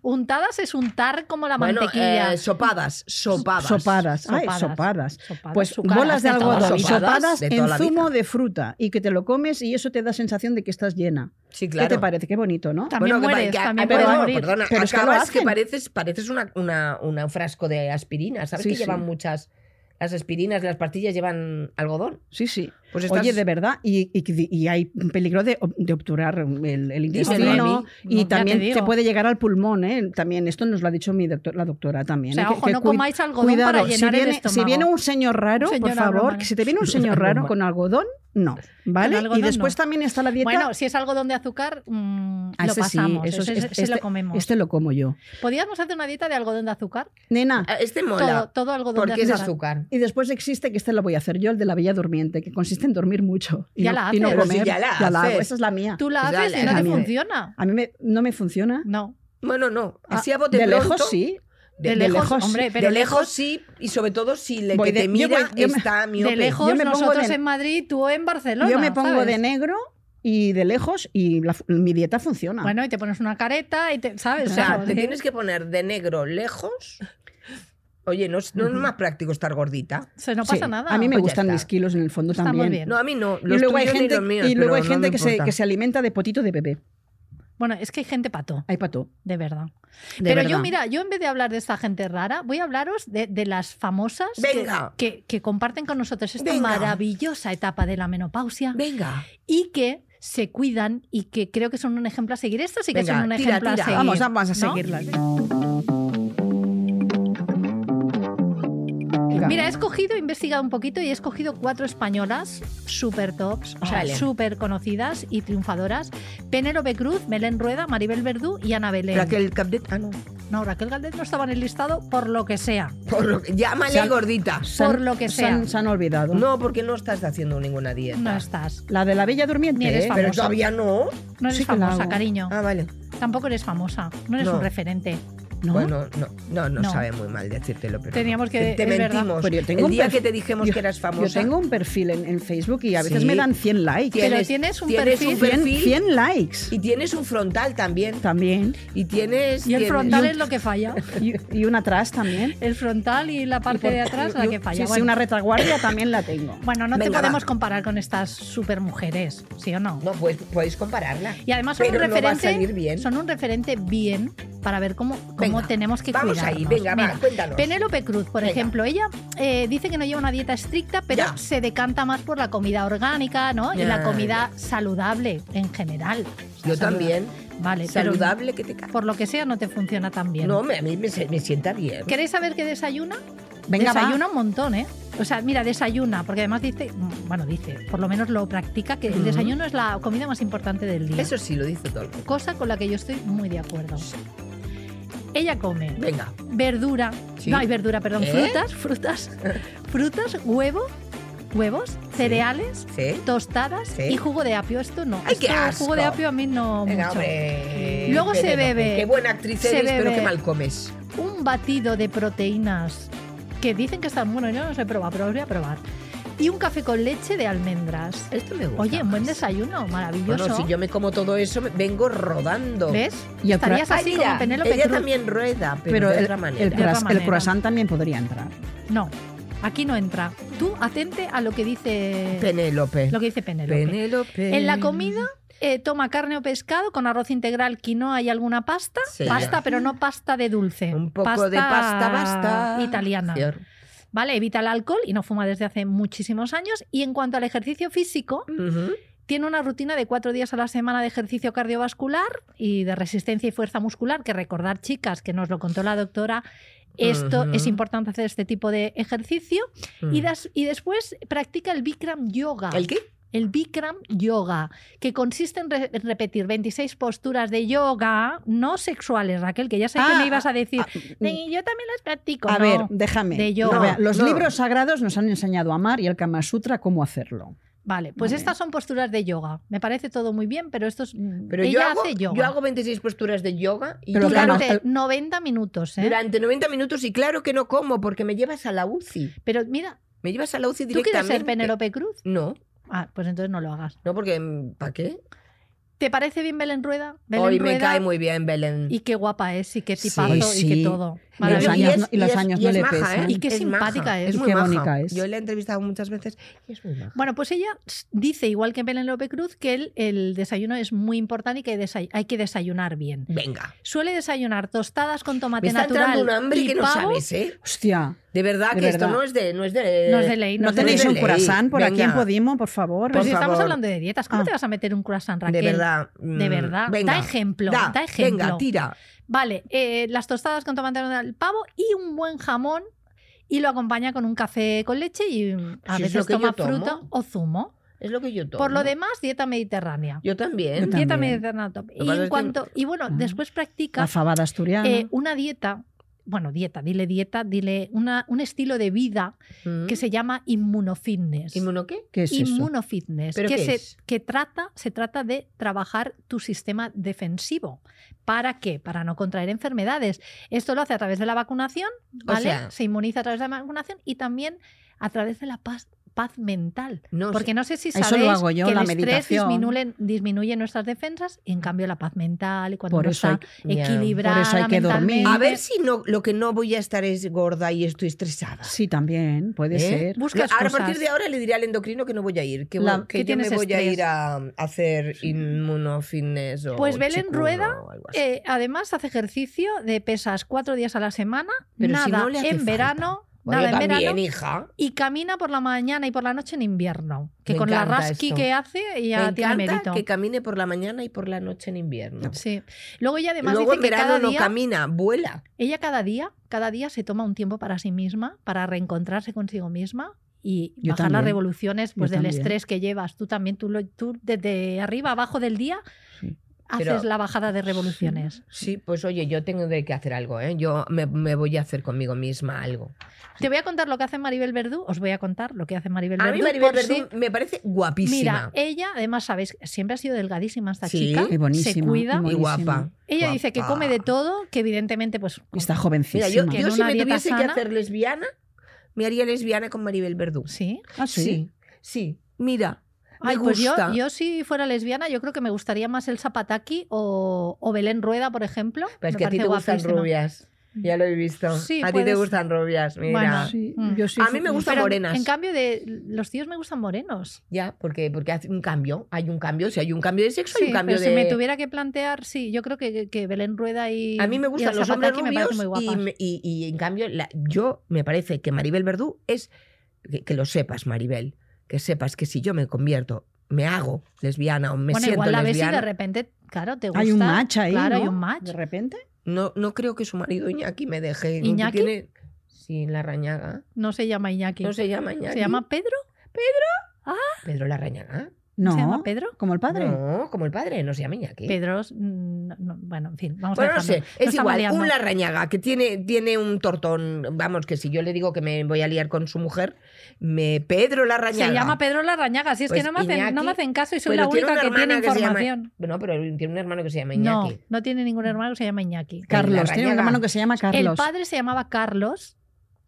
[SPEAKER 2] Untadas es untar como la
[SPEAKER 1] Bueno,
[SPEAKER 2] mantequilla.
[SPEAKER 1] eh, sopadas, sopadas.
[SPEAKER 3] Sopadas. Ay,
[SPEAKER 2] Sopadas.
[SPEAKER 3] sopadas.
[SPEAKER 2] Sopadas,
[SPEAKER 3] Pues
[SPEAKER 2] sucadas,
[SPEAKER 3] bolas de
[SPEAKER 2] de todo.
[SPEAKER 3] algodón y
[SPEAKER 1] Sopadas
[SPEAKER 3] sopadas
[SPEAKER 1] de toda
[SPEAKER 3] en
[SPEAKER 1] la
[SPEAKER 3] zumo de fruta y que te lo comes y eso te da sensación de que estás llena.
[SPEAKER 1] Sí, claro.
[SPEAKER 3] ¿Qué te parece? Qué bonito, ¿no?
[SPEAKER 2] También
[SPEAKER 1] que pa-
[SPEAKER 2] mueres,
[SPEAKER 1] que-
[SPEAKER 2] también
[SPEAKER 1] pero,
[SPEAKER 2] puedes
[SPEAKER 1] no,
[SPEAKER 2] morir.
[SPEAKER 1] Perdona,
[SPEAKER 3] Pero es que lo
[SPEAKER 1] acabas que,
[SPEAKER 3] hacen.
[SPEAKER 1] pareces, pareces una, una, una frasco de aspirina. ¿Sabes
[SPEAKER 3] Sí,
[SPEAKER 1] que
[SPEAKER 3] sí.
[SPEAKER 1] llevan muchas... Las aspirinas, las pastillas llevan algodón.
[SPEAKER 3] Sí, sí.
[SPEAKER 1] Pues estás-
[SPEAKER 3] Oye, de verdad, y, y- y hay un peligro de, de obturar el, el
[SPEAKER 1] Dímelo a
[SPEAKER 3] intestino
[SPEAKER 1] mí.
[SPEAKER 2] No,
[SPEAKER 3] y
[SPEAKER 2] ya
[SPEAKER 3] también
[SPEAKER 2] te
[SPEAKER 3] te,
[SPEAKER 2] digo.
[SPEAKER 3] puede llegar al pulmón, ¿eh? También esto nos lo ha dicho mi doctor, la doctora también.
[SPEAKER 2] O sea,
[SPEAKER 3] ¿eh? Que-
[SPEAKER 2] ojo,
[SPEAKER 3] que
[SPEAKER 2] no
[SPEAKER 3] cuid-
[SPEAKER 2] comáis algodón para
[SPEAKER 3] si
[SPEAKER 2] llenar el
[SPEAKER 3] viene, si
[SPEAKER 2] estómago.
[SPEAKER 3] viene un señor raro,
[SPEAKER 2] Un señor
[SPEAKER 3] por favor,
[SPEAKER 2] anormal.
[SPEAKER 3] que si te viene un señor raro con algodón, no, ¿vale?
[SPEAKER 2] algodón,
[SPEAKER 3] Y después
[SPEAKER 2] no.
[SPEAKER 3] también está la dieta...
[SPEAKER 2] Bueno, si es algodón de azúcar, mm,
[SPEAKER 3] Ah,
[SPEAKER 2] lo
[SPEAKER 3] ese sí,
[SPEAKER 2] pasamos,
[SPEAKER 3] eso es-
[SPEAKER 2] ese-
[SPEAKER 3] este-
[SPEAKER 2] ese lo comemos.
[SPEAKER 3] Este lo como yo.
[SPEAKER 2] ¿Podríamos hacer una dieta de algodón de azúcar?
[SPEAKER 3] Nena,
[SPEAKER 1] Ah, Este
[SPEAKER 2] Todo,
[SPEAKER 1] mola.
[SPEAKER 2] todo algodón de
[SPEAKER 1] porque es
[SPEAKER 2] azúcar.
[SPEAKER 1] azúcar.
[SPEAKER 3] y después existe, que este lo voy a hacer yo, el de la bella durmiente, que consiste en dormir mucho y,
[SPEAKER 2] Ya
[SPEAKER 3] no,
[SPEAKER 2] la
[SPEAKER 3] y no
[SPEAKER 2] haces.
[SPEAKER 3] comer.
[SPEAKER 1] Pero si ya la
[SPEAKER 3] hago,
[SPEAKER 1] haces.
[SPEAKER 3] esa es la mía.
[SPEAKER 2] Tú la
[SPEAKER 1] Pues
[SPEAKER 2] haces
[SPEAKER 1] dale,
[SPEAKER 2] y no te
[SPEAKER 3] dale.
[SPEAKER 2] funciona.
[SPEAKER 3] A mí me- no me funciona.
[SPEAKER 2] No.
[SPEAKER 1] Bueno, no.
[SPEAKER 3] Ah,
[SPEAKER 1] Así a bote
[SPEAKER 3] De
[SPEAKER 1] pronto,
[SPEAKER 3] lejos sí.
[SPEAKER 1] De,
[SPEAKER 2] De
[SPEAKER 1] de
[SPEAKER 2] lejos,
[SPEAKER 1] lejos,
[SPEAKER 2] hombre,
[SPEAKER 1] sí.
[SPEAKER 2] pero
[SPEAKER 1] de lejos,
[SPEAKER 2] lejos-
[SPEAKER 1] sí, y sobre todo si le
[SPEAKER 3] Voy
[SPEAKER 1] que
[SPEAKER 3] de-
[SPEAKER 1] te
[SPEAKER 3] yo
[SPEAKER 1] mira
[SPEAKER 3] voy- yo me-
[SPEAKER 1] está miope.
[SPEAKER 2] De lejos,
[SPEAKER 3] Yo me pongo
[SPEAKER 2] nosotros
[SPEAKER 3] de-
[SPEAKER 2] en Madrid, tú en Barcelona.
[SPEAKER 3] Yo me pongo
[SPEAKER 2] ¿sabes?
[SPEAKER 3] de negro y de lejos y la- mi dieta funciona.
[SPEAKER 2] Bueno, y te pones una careta y te,
[SPEAKER 1] O
[SPEAKER 2] ¿sabes?
[SPEAKER 1] sea,
[SPEAKER 2] Claro,
[SPEAKER 1] te
[SPEAKER 2] sí.
[SPEAKER 1] tienes que poner de negro lejos. Oye, no, es- no es más práctico estar gordita.
[SPEAKER 2] Se- no
[SPEAKER 3] Sí.
[SPEAKER 2] pasa nada.
[SPEAKER 3] A mí me
[SPEAKER 1] Pues ya
[SPEAKER 3] gustan
[SPEAKER 1] está.
[SPEAKER 3] mis kilos en el fondo
[SPEAKER 2] Está muy
[SPEAKER 3] también.
[SPEAKER 2] bien.
[SPEAKER 1] No, a mí no.
[SPEAKER 3] Y
[SPEAKER 1] Los
[SPEAKER 3] luego hay
[SPEAKER 1] tuyos ni
[SPEAKER 3] gente,
[SPEAKER 1] los míos,
[SPEAKER 3] y luego
[SPEAKER 1] pero
[SPEAKER 3] hay
[SPEAKER 1] no
[SPEAKER 3] gente
[SPEAKER 1] me
[SPEAKER 3] que, se,
[SPEAKER 1] importa.
[SPEAKER 3] que se alimenta de potito de bebé.
[SPEAKER 2] Bueno, es que hay gente pato,
[SPEAKER 3] Hay pato.
[SPEAKER 2] de verdad.
[SPEAKER 1] De
[SPEAKER 2] Pero yo,
[SPEAKER 1] verdad.
[SPEAKER 2] mira, yo en vez de hablar de esta gente rara, voy a hablaros de, de las famosas que,
[SPEAKER 1] Venga.
[SPEAKER 2] que- que comparten con nosotros esta
[SPEAKER 1] Venga.
[SPEAKER 2] maravillosa etapa de la menopausia
[SPEAKER 1] Venga,
[SPEAKER 2] y que se cuidan y que creo que son un ejemplo a seguir. Estas sí que
[SPEAKER 1] Venga,
[SPEAKER 2] son un
[SPEAKER 1] tira,
[SPEAKER 2] ejemplo
[SPEAKER 1] tira.
[SPEAKER 2] a seguir.
[SPEAKER 3] Vamos, vamos a
[SPEAKER 2] ¿no?
[SPEAKER 3] seguirlas. Venga.
[SPEAKER 2] Mira, he escogido, he investigado un poquito y he escogido cuatro españolas super tops, o sea,
[SPEAKER 1] Vale.
[SPEAKER 2] súper conocidas y triunfadoras. Penélope Cruz, Belén Rueda, Maribel Verdú y Ana Belén.
[SPEAKER 1] Raquel Capdet. Ah, no.
[SPEAKER 2] No, Raquel Galdés no estaba en el listado por lo que sea.
[SPEAKER 1] Por lo que- Llámale
[SPEAKER 3] Sal-
[SPEAKER 1] gordita.
[SPEAKER 3] Se han-
[SPEAKER 2] por lo que
[SPEAKER 3] se han-
[SPEAKER 2] sea.
[SPEAKER 3] Se han olvidado.
[SPEAKER 1] No, porque no estás haciendo ninguna dieta.
[SPEAKER 2] No estás.
[SPEAKER 3] La de la bella durmiente.
[SPEAKER 2] Ni eres
[SPEAKER 3] ¿eh?
[SPEAKER 2] famosa.
[SPEAKER 1] Pero todavía no.
[SPEAKER 2] No eres
[SPEAKER 3] Sí que la
[SPEAKER 2] famosa,
[SPEAKER 3] hago.
[SPEAKER 2] cariño.
[SPEAKER 1] Ah, vale.
[SPEAKER 2] Tampoco eres famosa. No eres
[SPEAKER 1] No.
[SPEAKER 2] un referente.
[SPEAKER 3] ¿No?
[SPEAKER 1] Bueno, no, no, no,
[SPEAKER 2] No.
[SPEAKER 1] sabe muy mal decírtelo, pero
[SPEAKER 2] Teníamos que-
[SPEAKER 1] te, te
[SPEAKER 2] es verdad.
[SPEAKER 1] mentimos.
[SPEAKER 3] Pero yo tengo
[SPEAKER 1] el
[SPEAKER 3] un
[SPEAKER 1] día
[SPEAKER 3] perf-
[SPEAKER 1] que te dijimos
[SPEAKER 3] yo-
[SPEAKER 1] que eras famosa.
[SPEAKER 3] Yo tengo un perfil en, en Facebook y a veces
[SPEAKER 1] Sí.
[SPEAKER 3] me dan 100 likes.
[SPEAKER 2] Pero tienes un perfil-
[SPEAKER 3] 100, 100 likes.
[SPEAKER 1] y tienes un frontal también
[SPEAKER 3] También.
[SPEAKER 1] y tienes
[SPEAKER 2] Y el
[SPEAKER 1] tienes-
[SPEAKER 2] frontal es lo que falla.
[SPEAKER 3] Y, y una atrás también.
[SPEAKER 2] El frontal y la parte de atrás la que falla.
[SPEAKER 3] Sí, sí,
[SPEAKER 2] bueno,
[SPEAKER 3] una retaguardia también la tengo.
[SPEAKER 2] bueno, no te
[SPEAKER 1] Venga,
[SPEAKER 2] podemos
[SPEAKER 1] va.
[SPEAKER 2] comparar con estas super mujeres, ¿sí o no?
[SPEAKER 1] no pues podéis compararla.
[SPEAKER 2] Y además son
[SPEAKER 1] Pero
[SPEAKER 2] un
[SPEAKER 1] no va a
[SPEAKER 2] referente.
[SPEAKER 1] salir bien.
[SPEAKER 2] Son un referente bien para ver cómo,
[SPEAKER 1] Venga,
[SPEAKER 2] cómo tenemos que
[SPEAKER 1] Vamos
[SPEAKER 2] cuidarnos.
[SPEAKER 1] ahí, venga,
[SPEAKER 2] Mira,
[SPEAKER 1] va, cuéntanos.
[SPEAKER 2] Penélope Cruz, por
[SPEAKER 1] Venga.
[SPEAKER 2] ejemplo, ella eh, dice que no lleva una dieta estricta, pero
[SPEAKER 1] Ya.
[SPEAKER 2] se decanta más por la comida orgánica, ¿no? y
[SPEAKER 1] Ya,
[SPEAKER 2] la comida saludable en general. O sea,
[SPEAKER 1] Yo
[SPEAKER 2] saludable.
[SPEAKER 1] también.
[SPEAKER 2] Vale, pero
[SPEAKER 1] Saludable que te cago.
[SPEAKER 2] por lo que sea no te funciona tan bien.
[SPEAKER 1] No, me- a mí me, se- me sienta bien.
[SPEAKER 2] ¿Queréis saber qué desayuna?
[SPEAKER 3] Venga, va.
[SPEAKER 2] desayuna un montón, ¿eh? O sea, mira, desayuna, porque además dice, bueno, dice, por lo menos lo practica, que el
[SPEAKER 1] Ujú.
[SPEAKER 2] desayuno es la comida más importante del día.
[SPEAKER 1] Eso sí lo dice todo el mundo.
[SPEAKER 2] cosa con la que yo estoy muy de acuerdo. Ella come
[SPEAKER 1] Venga.
[SPEAKER 2] verdura,
[SPEAKER 1] Sí.
[SPEAKER 2] no hay verdura, perdón,
[SPEAKER 1] ¿Eh?
[SPEAKER 2] frutas, frutas, frutas, huevo, huevos, cereales,
[SPEAKER 1] ¿Sí?
[SPEAKER 2] tostadas
[SPEAKER 1] Sí.
[SPEAKER 2] y jugo de apio. Esto no,
[SPEAKER 1] ¡Ay, qué
[SPEAKER 2] Esto,
[SPEAKER 1] asco!
[SPEAKER 2] jugo de apio a mí no
[SPEAKER 1] Venga,
[SPEAKER 2] mucho.
[SPEAKER 1] hombre.
[SPEAKER 2] Luego se
[SPEAKER 1] Penélope,
[SPEAKER 2] bebe.
[SPEAKER 1] Qué buena actriz
[SPEAKER 2] Se
[SPEAKER 1] eres, pero
[SPEAKER 2] bebe.
[SPEAKER 1] qué mal comes.
[SPEAKER 2] Un batido de proteínas que dicen que están buenos, yo no sé probar, pero los voy a probar. Y un café con leche de almendras.
[SPEAKER 1] Esto me gusta.
[SPEAKER 2] Oye, un buen
[SPEAKER 1] más.
[SPEAKER 2] desayuno, maravilloso.
[SPEAKER 1] Bueno, si yo me como todo eso, me- vengo rodando.
[SPEAKER 2] ¿Ves?
[SPEAKER 3] Y el cra-
[SPEAKER 2] Estarías
[SPEAKER 1] Ah,
[SPEAKER 2] así
[SPEAKER 1] mira,
[SPEAKER 2] como Penélope
[SPEAKER 1] ella
[SPEAKER 2] Cruz.
[SPEAKER 1] también rueda, pero,
[SPEAKER 3] Pero
[SPEAKER 1] de
[SPEAKER 3] el,
[SPEAKER 1] otra manera.
[SPEAKER 3] el,
[SPEAKER 2] De otra
[SPEAKER 3] croissant- el
[SPEAKER 2] manera.
[SPEAKER 3] croissant también podría entrar.
[SPEAKER 2] No, aquí no entra. Tú atente a lo que dice
[SPEAKER 1] Penélope.
[SPEAKER 2] lo que dice Penélope.
[SPEAKER 1] Penélope.
[SPEAKER 2] En la comida eh, toma carne o pescado con arroz integral, quinoa y alguna pasta.
[SPEAKER 1] Sí.
[SPEAKER 2] Pasta, pero no pasta de dulce.
[SPEAKER 1] Un poco de pasta, basta.
[SPEAKER 2] Italiana.
[SPEAKER 1] Señor.
[SPEAKER 2] Vale, evita el alcohol y no fuma desde hace muchísimos años. Y en cuanto al ejercicio físico,
[SPEAKER 3] Mm.
[SPEAKER 1] Ujú.
[SPEAKER 2] tiene una rutina de cuatro días a la semana de ejercicio cardiovascular y de resistencia y fuerza muscular, que recordar, chicas, que nos lo contó la doctora, esto
[SPEAKER 1] Ujú.
[SPEAKER 2] es importante hacer este tipo de ejercicio.
[SPEAKER 1] Mm.
[SPEAKER 2] Y, das- y después practica el Bikram Yoga.
[SPEAKER 1] ¿El qué?
[SPEAKER 2] El Bikram Yoga, que consiste en, re- en repetir 26 posturas de yoga no sexuales, Raquel, que ya sé que
[SPEAKER 3] Ah,
[SPEAKER 2] me ibas a decir.
[SPEAKER 3] ah,
[SPEAKER 2] "Ni yo también las practico. no.
[SPEAKER 3] A ver, déjame.
[SPEAKER 2] De yoga.
[SPEAKER 3] A ver, los
[SPEAKER 1] No.
[SPEAKER 3] libros sagrados nos han enseñado a amar y el Kama Sutra cómo hacerlo.
[SPEAKER 2] Vale, pues
[SPEAKER 3] Vale.
[SPEAKER 2] estas son posturas de yoga. Me parece todo muy bien, pero esto es.
[SPEAKER 1] Pero
[SPEAKER 2] ella
[SPEAKER 1] yo hago,
[SPEAKER 2] hace yoga.
[SPEAKER 1] yo hago 26 posturas de yoga y
[SPEAKER 3] Pero
[SPEAKER 1] claro,
[SPEAKER 2] durante
[SPEAKER 3] el-
[SPEAKER 2] 90 minutos, ¿eh?
[SPEAKER 1] durante 90 minutos y claro que no como porque me llevas a la UCI.
[SPEAKER 2] Pero mira,
[SPEAKER 1] Me llevas a la UCI
[SPEAKER 2] ¿tú quieres
[SPEAKER 1] directamente.
[SPEAKER 2] ser Penélope Cruz?
[SPEAKER 1] No,
[SPEAKER 2] Ah, pues entonces no lo hagas.
[SPEAKER 1] no porque mm, ¿para qué?
[SPEAKER 2] ¿Te parece bien Belén Rueda? Belén
[SPEAKER 1] Hoy me
[SPEAKER 2] Rueda,
[SPEAKER 1] cae muy bien Belén.
[SPEAKER 2] Y qué guapa es, y qué
[SPEAKER 1] Sí.
[SPEAKER 2] tipazo,
[SPEAKER 1] Ay,
[SPEAKER 2] y
[SPEAKER 3] sí.
[SPEAKER 2] qué todo.
[SPEAKER 3] Mira, los
[SPEAKER 2] Maravilloso.
[SPEAKER 3] años no- y los
[SPEAKER 1] es-
[SPEAKER 3] años
[SPEAKER 1] y
[SPEAKER 3] no
[SPEAKER 1] es
[SPEAKER 3] le
[SPEAKER 1] maja,
[SPEAKER 3] pesan.
[SPEAKER 1] ¿eh?
[SPEAKER 2] Y qué
[SPEAKER 1] Es
[SPEAKER 2] simpática
[SPEAKER 1] maja,
[SPEAKER 2] es.
[SPEAKER 1] Es
[SPEAKER 3] Y
[SPEAKER 1] muy
[SPEAKER 3] qué
[SPEAKER 1] maja.
[SPEAKER 3] bonita es.
[SPEAKER 1] Yo la he entrevistado muchas veces y es muy maja.
[SPEAKER 2] Bueno, pues ella s- dice, igual que Penélope Cruz, que el, el desayuno es muy importante y que desay- hay que desayunar bien.
[SPEAKER 1] Venga.
[SPEAKER 2] Suele desayunar tostadas con tomate
[SPEAKER 1] Me está
[SPEAKER 2] natural
[SPEAKER 1] entrando un hambre
[SPEAKER 2] y
[SPEAKER 1] que no
[SPEAKER 2] pavo.
[SPEAKER 1] sabes, ¿eh?
[SPEAKER 3] Hostia.
[SPEAKER 1] De verdad
[SPEAKER 3] De
[SPEAKER 1] que esto
[SPEAKER 3] verdad.
[SPEAKER 1] no es de no es de
[SPEAKER 2] No es de ley,
[SPEAKER 3] ¿No,
[SPEAKER 2] no es de
[SPEAKER 3] tenéis
[SPEAKER 2] ley.
[SPEAKER 3] un
[SPEAKER 1] ley.
[SPEAKER 3] croissant por aquí en
[SPEAKER 1] Venga.
[SPEAKER 3] Podimo, por favor?
[SPEAKER 2] Pero
[SPEAKER 1] Por
[SPEAKER 2] si estamos
[SPEAKER 1] favor.
[SPEAKER 2] hablando de dietas, ¿cómo
[SPEAKER 3] Ah.
[SPEAKER 2] te vas a meter un croissant,
[SPEAKER 1] De
[SPEAKER 2] Raquel?
[SPEAKER 1] verdad. mm,
[SPEAKER 2] De verdad.
[SPEAKER 1] Venga.
[SPEAKER 2] Da ejemplo,
[SPEAKER 1] Da,
[SPEAKER 2] da, ejemplo.
[SPEAKER 1] Venga, tira.
[SPEAKER 2] Vale, eh, las tostadas con tomate al pavo y un buen jamón y lo acompaña con un café con leche y mm, a
[SPEAKER 1] Si es lo
[SPEAKER 2] veces
[SPEAKER 1] que yo
[SPEAKER 2] toma
[SPEAKER 1] tomo.
[SPEAKER 2] fruta o zumo.
[SPEAKER 1] Es lo que yo tomo.
[SPEAKER 2] Por lo Mm, demás, dieta mediterránea.
[SPEAKER 1] Yo también.
[SPEAKER 3] también.
[SPEAKER 2] Dieta mediterránea top.
[SPEAKER 1] que
[SPEAKER 2] Y,
[SPEAKER 1] pasa
[SPEAKER 2] en
[SPEAKER 1] es que- mm,
[SPEAKER 2] cuanto, y bueno, después practica
[SPEAKER 3] La fabada asturiana.
[SPEAKER 2] eh, una dieta, bueno, dieta, dile dieta, dile una, un estilo de vida
[SPEAKER 1] Mm.
[SPEAKER 2] que se llama inmunofitness.
[SPEAKER 1] ¿Inmuno qué?
[SPEAKER 3] ¿Qué es eso?
[SPEAKER 2] Inmunofitness,
[SPEAKER 1] ¿Pero
[SPEAKER 2] que,
[SPEAKER 1] qué
[SPEAKER 2] se,
[SPEAKER 1] es?
[SPEAKER 2] que trata, se trata de trabajar tu sistema defensivo. ¿Para qué? Para no contraer enfermedades. Esto lo hace a través de la vacunación, ¿vale?
[SPEAKER 1] sea-
[SPEAKER 2] se inmuniza a través de la vacunación y también a través de la paz, paz mental.
[SPEAKER 1] No,
[SPEAKER 2] Porque no sé si
[SPEAKER 3] Eso lo
[SPEAKER 2] sabéis
[SPEAKER 3] hago yo,
[SPEAKER 2] que
[SPEAKER 3] la
[SPEAKER 2] el estrés
[SPEAKER 3] meditación.
[SPEAKER 2] disminuye, disminuye nuestras defensas y en cambio la paz mental y cuando
[SPEAKER 3] Por
[SPEAKER 2] uno
[SPEAKER 3] eso
[SPEAKER 2] está
[SPEAKER 1] hay- ya.
[SPEAKER 2] equilibrada
[SPEAKER 3] Por eso hay que dormir.
[SPEAKER 2] mentalmente,
[SPEAKER 1] A ver si no, lo que no voy a estar es gorda y estoy estresada.
[SPEAKER 3] Sí, también, puede
[SPEAKER 1] ¿Eh?
[SPEAKER 3] ser.
[SPEAKER 2] buscas
[SPEAKER 1] ahora, a
[SPEAKER 2] cosas.
[SPEAKER 1] partir de ahora le diré al endocrino que no voy a ir, que, voy-
[SPEAKER 3] La-
[SPEAKER 1] que
[SPEAKER 2] que
[SPEAKER 1] yo me
[SPEAKER 2] tienes
[SPEAKER 1] voy a
[SPEAKER 2] estrés.
[SPEAKER 1] ir a hacer inmunofines o
[SPEAKER 2] Pues Belén
[SPEAKER 1] chikuro
[SPEAKER 2] Rueda,
[SPEAKER 1] o algo así.
[SPEAKER 2] Eh, además hace ejercicio de pesas cuatro días a la semana,
[SPEAKER 1] Pero si
[SPEAKER 2] nada
[SPEAKER 1] no le hace
[SPEAKER 2] en
[SPEAKER 1] falta.
[SPEAKER 2] verano,
[SPEAKER 1] Bueno,
[SPEAKER 2] nada en
[SPEAKER 1] también,
[SPEAKER 2] verano
[SPEAKER 1] hija.
[SPEAKER 2] y camina por la mañana y por la noche en invierno, que
[SPEAKER 1] Me
[SPEAKER 2] con la
[SPEAKER 1] encanta
[SPEAKER 2] rasqui
[SPEAKER 1] esto.
[SPEAKER 2] que hace
[SPEAKER 1] Me
[SPEAKER 2] ya tiene
[SPEAKER 1] encanta
[SPEAKER 2] mérito.
[SPEAKER 1] que camine por la mañana y por la noche en invierno.
[SPEAKER 2] Sí. Luego ella además
[SPEAKER 1] Luego en
[SPEAKER 2] dice que
[SPEAKER 1] verano
[SPEAKER 2] cada
[SPEAKER 1] no
[SPEAKER 2] día
[SPEAKER 1] camina, vuela.
[SPEAKER 2] Ella cada día, cada día se toma un tiempo para sí misma, para reencontrarse consigo misma y
[SPEAKER 3] Yo
[SPEAKER 2] bajar las
[SPEAKER 3] también.
[SPEAKER 2] revoluciones pues,
[SPEAKER 3] Yo
[SPEAKER 2] del
[SPEAKER 3] también.
[SPEAKER 2] estrés que llevas. Tú también, tú, lo- tú desde arriba abajo del día
[SPEAKER 3] Sí.
[SPEAKER 2] haces
[SPEAKER 1] Pero-
[SPEAKER 2] la bajada de revoluciones.
[SPEAKER 1] Sí, pues oye, yo tengo de que hacer algo, ¿eh? Yo me, me voy a hacer conmigo misma algo.
[SPEAKER 2] Te voy a contar lo que hace Maribel Verdú, os voy a contar lo que hace Maribel
[SPEAKER 1] A
[SPEAKER 2] Verdú.
[SPEAKER 1] mí Maribel
[SPEAKER 2] por si-
[SPEAKER 1] Verdú me parece guapísima
[SPEAKER 2] Mira, eh, ella, además, sabéis, siempre ha sido delgadísima esta
[SPEAKER 1] Sí.
[SPEAKER 2] chica,
[SPEAKER 3] Y buenísima,
[SPEAKER 2] se cuida.
[SPEAKER 3] y
[SPEAKER 1] y
[SPEAKER 3] buenísima.
[SPEAKER 1] guapa.
[SPEAKER 2] Ella dice que
[SPEAKER 1] guapa.
[SPEAKER 2] come de todo, que evidentemente pues
[SPEAKER 3] Está
[SPEAKER 1] Mira,
[SPEAKER 3] jovencísima.
[SPEAKER 1] yo,
[SPEAKER 2] Que
[SPEAKER 1] yo
[SPEAKER 2] en
[SPEAKER 1] si
[SPEAKER 2] una
[SPEAKER 1] me
[SPEAKER 2] dieta
[SPEAKER 1] tuviese que
[SPEAKER 2] sana-
[SPEAKER 1] hacer lesbiana, me haría lesbiana con Maribel Verdú.
[SPEAKER 2] sí.
[SPEAKER 3] Ah, sí.
[SPEAKER 1] Sí, sí. Mira, me
[SPEAKER 2] Ay, pues yo,
[SPEAKER 1] gusta.
[SPEAKER 2] yo si fuera lesbiana, yo creo que me gustaría más el Zapataki o, o Belén Rueda, por ejemplo.
[SPEAKER 1] Pero es
[SPEAKER 2] Me
[SPEAKER 1] que a ti
[SPEAKER 2] parece
[SPEAKER 1] te gustan
[SPEAKER 2] guapísima.
[SPEAKER 1] rubias. Ya lo he visto.
[SPEAKER 2] Sí,
[SPEAKER 1] a ti
[SPEAKER 2] puede
[SPEAKER 1] te
[SPEAKER 2] ser.
[SPEAKER 1] gustan rubias, mira.
[SPEAKER 2] Bueno,
[SPEAKER 3] Ah, Sí,
[SPEAKER 2] Mm.
[SPEAKER 3] yo sí
[SPEAKER 1] A
[SPEAKER 3] soy-
[SPEAKER 1] mí me gusta-
[SPEAKER 2] Pero
[SPEAKER 1] morenas.
[SPEAKER 2] En cambio, de los tíos me gustan morenos.
[SPEAKER 1] Ya, porque, porque hace un cambio. Hay un cambio. Si hay un cambio de sexo, hay un
[SPEAKER 2] Sí,
[SPEAKER 1] cambio
[SPEAKER 2] pero
[SPEAKER 1] de.
[SPEAKER 2] si me tuviera que plantear, sí, yo creo que, que Belén Rueda y.
[SPEAKER 1] A mí me
[SPEAKER 2] y
[SPEAKER 1] gustan
[SPEAKER 2] el
[SPEAKER 1] los hombres
[SPEAKER 2] Zapataki me
[SPEAKER 1] rubios
[SPEAKER 2] parecen muy
[SPEAKER 1] y,
[SPEAKER 2] guapas.
[SPEAKER 1] me- y- y, en cambio la- yo me parece que Maribel Verdú es que, que lo sepas Maribel que sepas que si yo me convierto me hago lesbiana o me
[SPEAKER 2] bueno,
[SPEAKER 1] siento
[SPEAKER 2] igual la ves y
[SPEAKER 1] lesbiana
[SPEAKER 2] de repente, claro, te gusta.
[SPEAKER 3] Hay un match ahí,
[SPEAKER 2] Claro,
[SPEAKER 3] ¿no?
[SPEAKER 2] hay un match.
[SPEAKER 3] De repente.
[SPEAKER 1] no no creo que su marido Iñaki me deje que
[SPEAKER 2] ¿Iñaki?
[SPEAKER 1] tiene sí la rañaga
[SPEAKER 2] No se llama Iñaki.
[SPEAKER 1] no se llama Iñaki
[SPEAKER 2] ¿Se llama Pedro?
[SPEAKER 1] Pedro la rañaga
[SPEAKER 3] No.
[SPEAKER 2] ¿Se llama Pedro?
[SPEAKER 3] Como el padre.
[SPEAKER 1] no como el padre no se llama Iñaki
[SPEAKER 2] Pedro, mm, bueno, en fin, vamos
[SPEAKER 1] Bueno,
[SPEAKER 2] a
[SPEAKER 1] no sé, es igual, un
[SPEAKER 2] largo
[SPEAKER 1] larrañaga que tiene, tiene un tortón, vamos, que si yo le digo que me voy a liar con su mujer, me Pedro larrañaga.
[SPEAKER 2] Se llama Pedro Larrañaga, si es
[SPEAKER 1] Pues
[SPEAKER 2] que no me, hacen, no
[SPEAKER 1] Iñaki,
[SPEAKER 2] me hacen caso y soy
[SPEAKER 1] pero
[SPEAKER 2] la
[SPEAKER 1] tiene
[SPEAKER 2] única
[SPEAKER 1] una
[SPEAKER 2] que tiene
[SPEAKER 1] hermana que se llama
[SPEAKER 2] información.
[SPEAKER 1] No, pero tiene un hermano que se llama
[SPEAKER 2] No,
[SPEAKER 1] Iñaki.
[SPEAKER 2] no tiene ningún hermano que se llama Iñaki.
[SPEAKER 3] Carlos.
[SPEAKER 1] La
[SPEAKER 3] Tiene un
[SPEAKER 1] rañaga.
[SPEAKER 3] hermano que se llama Carlos.
[SPEAKER 2] El padre se llamaba Carlos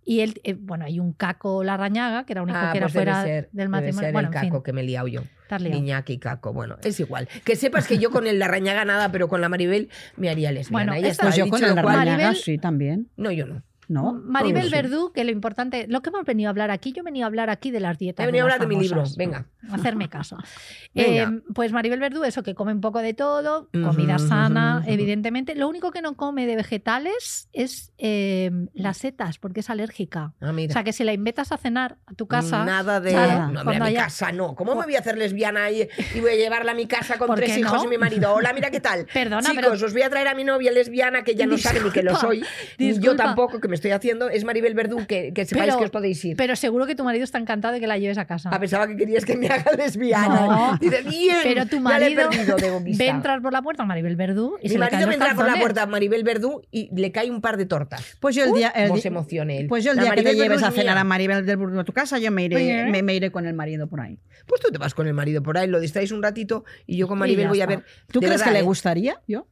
[SPEAKER 2] y él, eh, bueno, hay un caco Larrañaga, que era un hijo
[SPEAKER 1] Ah,
[SPEAKER 2] que era
[SPEAKER 1] pues debe
[SPEAKER 2] fuera
[SPEAKER 1] ser-
[SPEAKER 2] del
[SPEAKER 1] Debe
[SPEAKER 2] matrimonio.
[SPEAKER 1] ser
[SPEAKER 2] Bueno,
[SPEAKER 1] el
[SPEAKER 2] en
[SPEAKER 1] caco
[SPEAKER 2] fin,
[SPEAKER 1] que me he liado yo.
[SPEAKER 2] estás liado.
[SPEAKER 1] Iñaki, caco, bueno, es igual. Que sepas que yo con el larrañaga nada, pero con la Maribel me haría lesbiana.
[SPEAKER 2] Bueno,
[SPEAKER 1] ya
[SPEAKER 2] esta-
[SPEAKER 1] está,
[SPEAKER 3] Pues yo
[SPEAKER 1] dicho
[SPEAKER 3] con el
[SPEAKER 1] lo cual-
[SPEAKER 3] Larrañaga
[SPEAKER 2] Maribel-
[SPEAKER 3] sí también.
[SPEAKER 1] No, yo no.
[SPEAKER 3] No.
[SPEAKER 2] Maribel
[SPEAKER 1] Sí.
[SPEAKER 2] Verdú, que lo importante, lo que hemos venido a hablar aquí, yo he venido a hablar aquí de las dietas.
[SPEAKER 1] He venido a
[SPEAKER 2] las
[SPEAKER 1] hablar de mi libro,
[SPEAKER 2] famosas.
[SPEAKER 1] venga.
[SPEAKER 2] Hacerme caso.
[SPEAKER 1] Venga.
[SPEAKER 2] Eh, pues Maribel Verdú, eso que come un poco de todo,
[SPEAKER 1] Ujú,
[SPEAKER 2] comida sana,
[SPEAKER 1] ujú, ujú.
[SPEAKER 2] evidentemente. Lo único que no come de vegetales es eh, las setas, porque es alérgica.
[SPEAKER 1] Ah, mira.
[SPEAKER 2] O sea, que si la invitas a cenar a tu casa,
[SPEAKER 1] Nada de.
[SPEAKER 2] Claro,
[SPEAKER 1] no, hombre, a
[SPEAKER 2] cuando
[SPEAKER 1] mi
[SPEAKER 2] haya-
[SPEAKER 1] casa no. ¿Cómo me voy a hacer lesbiana y, y voy a llevarla a mi casa con
[SPEAKER 2] ¿Por
[SPEAKER 1] tres
[SPEAKER 2] qué
[SPEAKER 1] hijos
[SPEAKER 2] no?
[SPEAKER 1] y mi marido? Hola, mira qué tal.
[SPEAKER 2] perdona,
[SPEAKER 1] Chicos, os voy a traer a mi novia lesbiana que ya no sabe ni que lo
[SPEAKER 2] Disculpa,
[SPEAKER 1] soy. ni Yo
[SPEAKER 2] disculpa.
[SPEAKER 1] tampoco, que me estoy haciendo. Es Maribel Verdú, que, que sepáis
[SPEAKER 2] Pero-
[SPEAKER 1] que os podéis ir.
[SPEAKER 2] pero, pero seguro que tu marido está encantado de que la lleves a casa.
[SPEAKER 1] Ah, pensaba que querías que me haga lesbiana.
[SPEAKER 2] No.
[SPEAKER 1] Dice, bien,
[SPEAKER 2] Pero tu
[SPEAKER 1] ya le he
[SPEAKER 2] marido
[SPEAKER 1] perdido de vista.
[SPEAKER 2] Ve entrar por la puerta Maribel Verdú y
[SPEAKER 1] Mi
[SPEAKER 2] se le
[SPEAKER 1] marido
[SPEAKER 2] caen los
[SPEAKER 1] vendrá por la
[SPEAKER 2] calzones.
[SPEAKER 1] puerta a Maribel Verdú y le cae un par de tortas.
[SPEAKER 3] Pues yo el día. el
[SPEAKER 1] ¿Cómo
[SPEAKER 3] di-
[SPEAKER 1] se emocione él?
[SPEAKER 3] Pues yo el
[SPEAKER 1] La
[SPEAKER 3] día que te
[SPEAKER 1] Maribel
[SPEAKER 3] lleves
[SPEAKER 1] Verdú
[SPEAKER 3] a
[SPEAKER 1] es
[SPEAKER 3] cenar
[SPEAKER 1] mía.
[SPEAKER 3] a Maribel del Burgo a tu casa, yo me
[SPEAKER 2] Oye.
[SPEAKER 3] iré, me, me iré con el marido por ahí.
[SPEAKER 1] Pues tú te vas con el marido por ahí, lo distraes un ratito y yo con
[SPEAKER 2] Y
[SPEAKER 1] Maribel
[SPEAKER 2] ya
[SPEAKER 1] voy a
[SPEAKER 2] está.
[SPEAKER 1] ver.
[SPEAKER 3] ¿Tú
[SPEAKER 1] De
[SPEAKER 3] crees
[SPEAKER 1] verdad,
[SPEAKER 3] que le
[SPEAKER 1] ¿eh?
[SPEAKER 3] gustaría yo?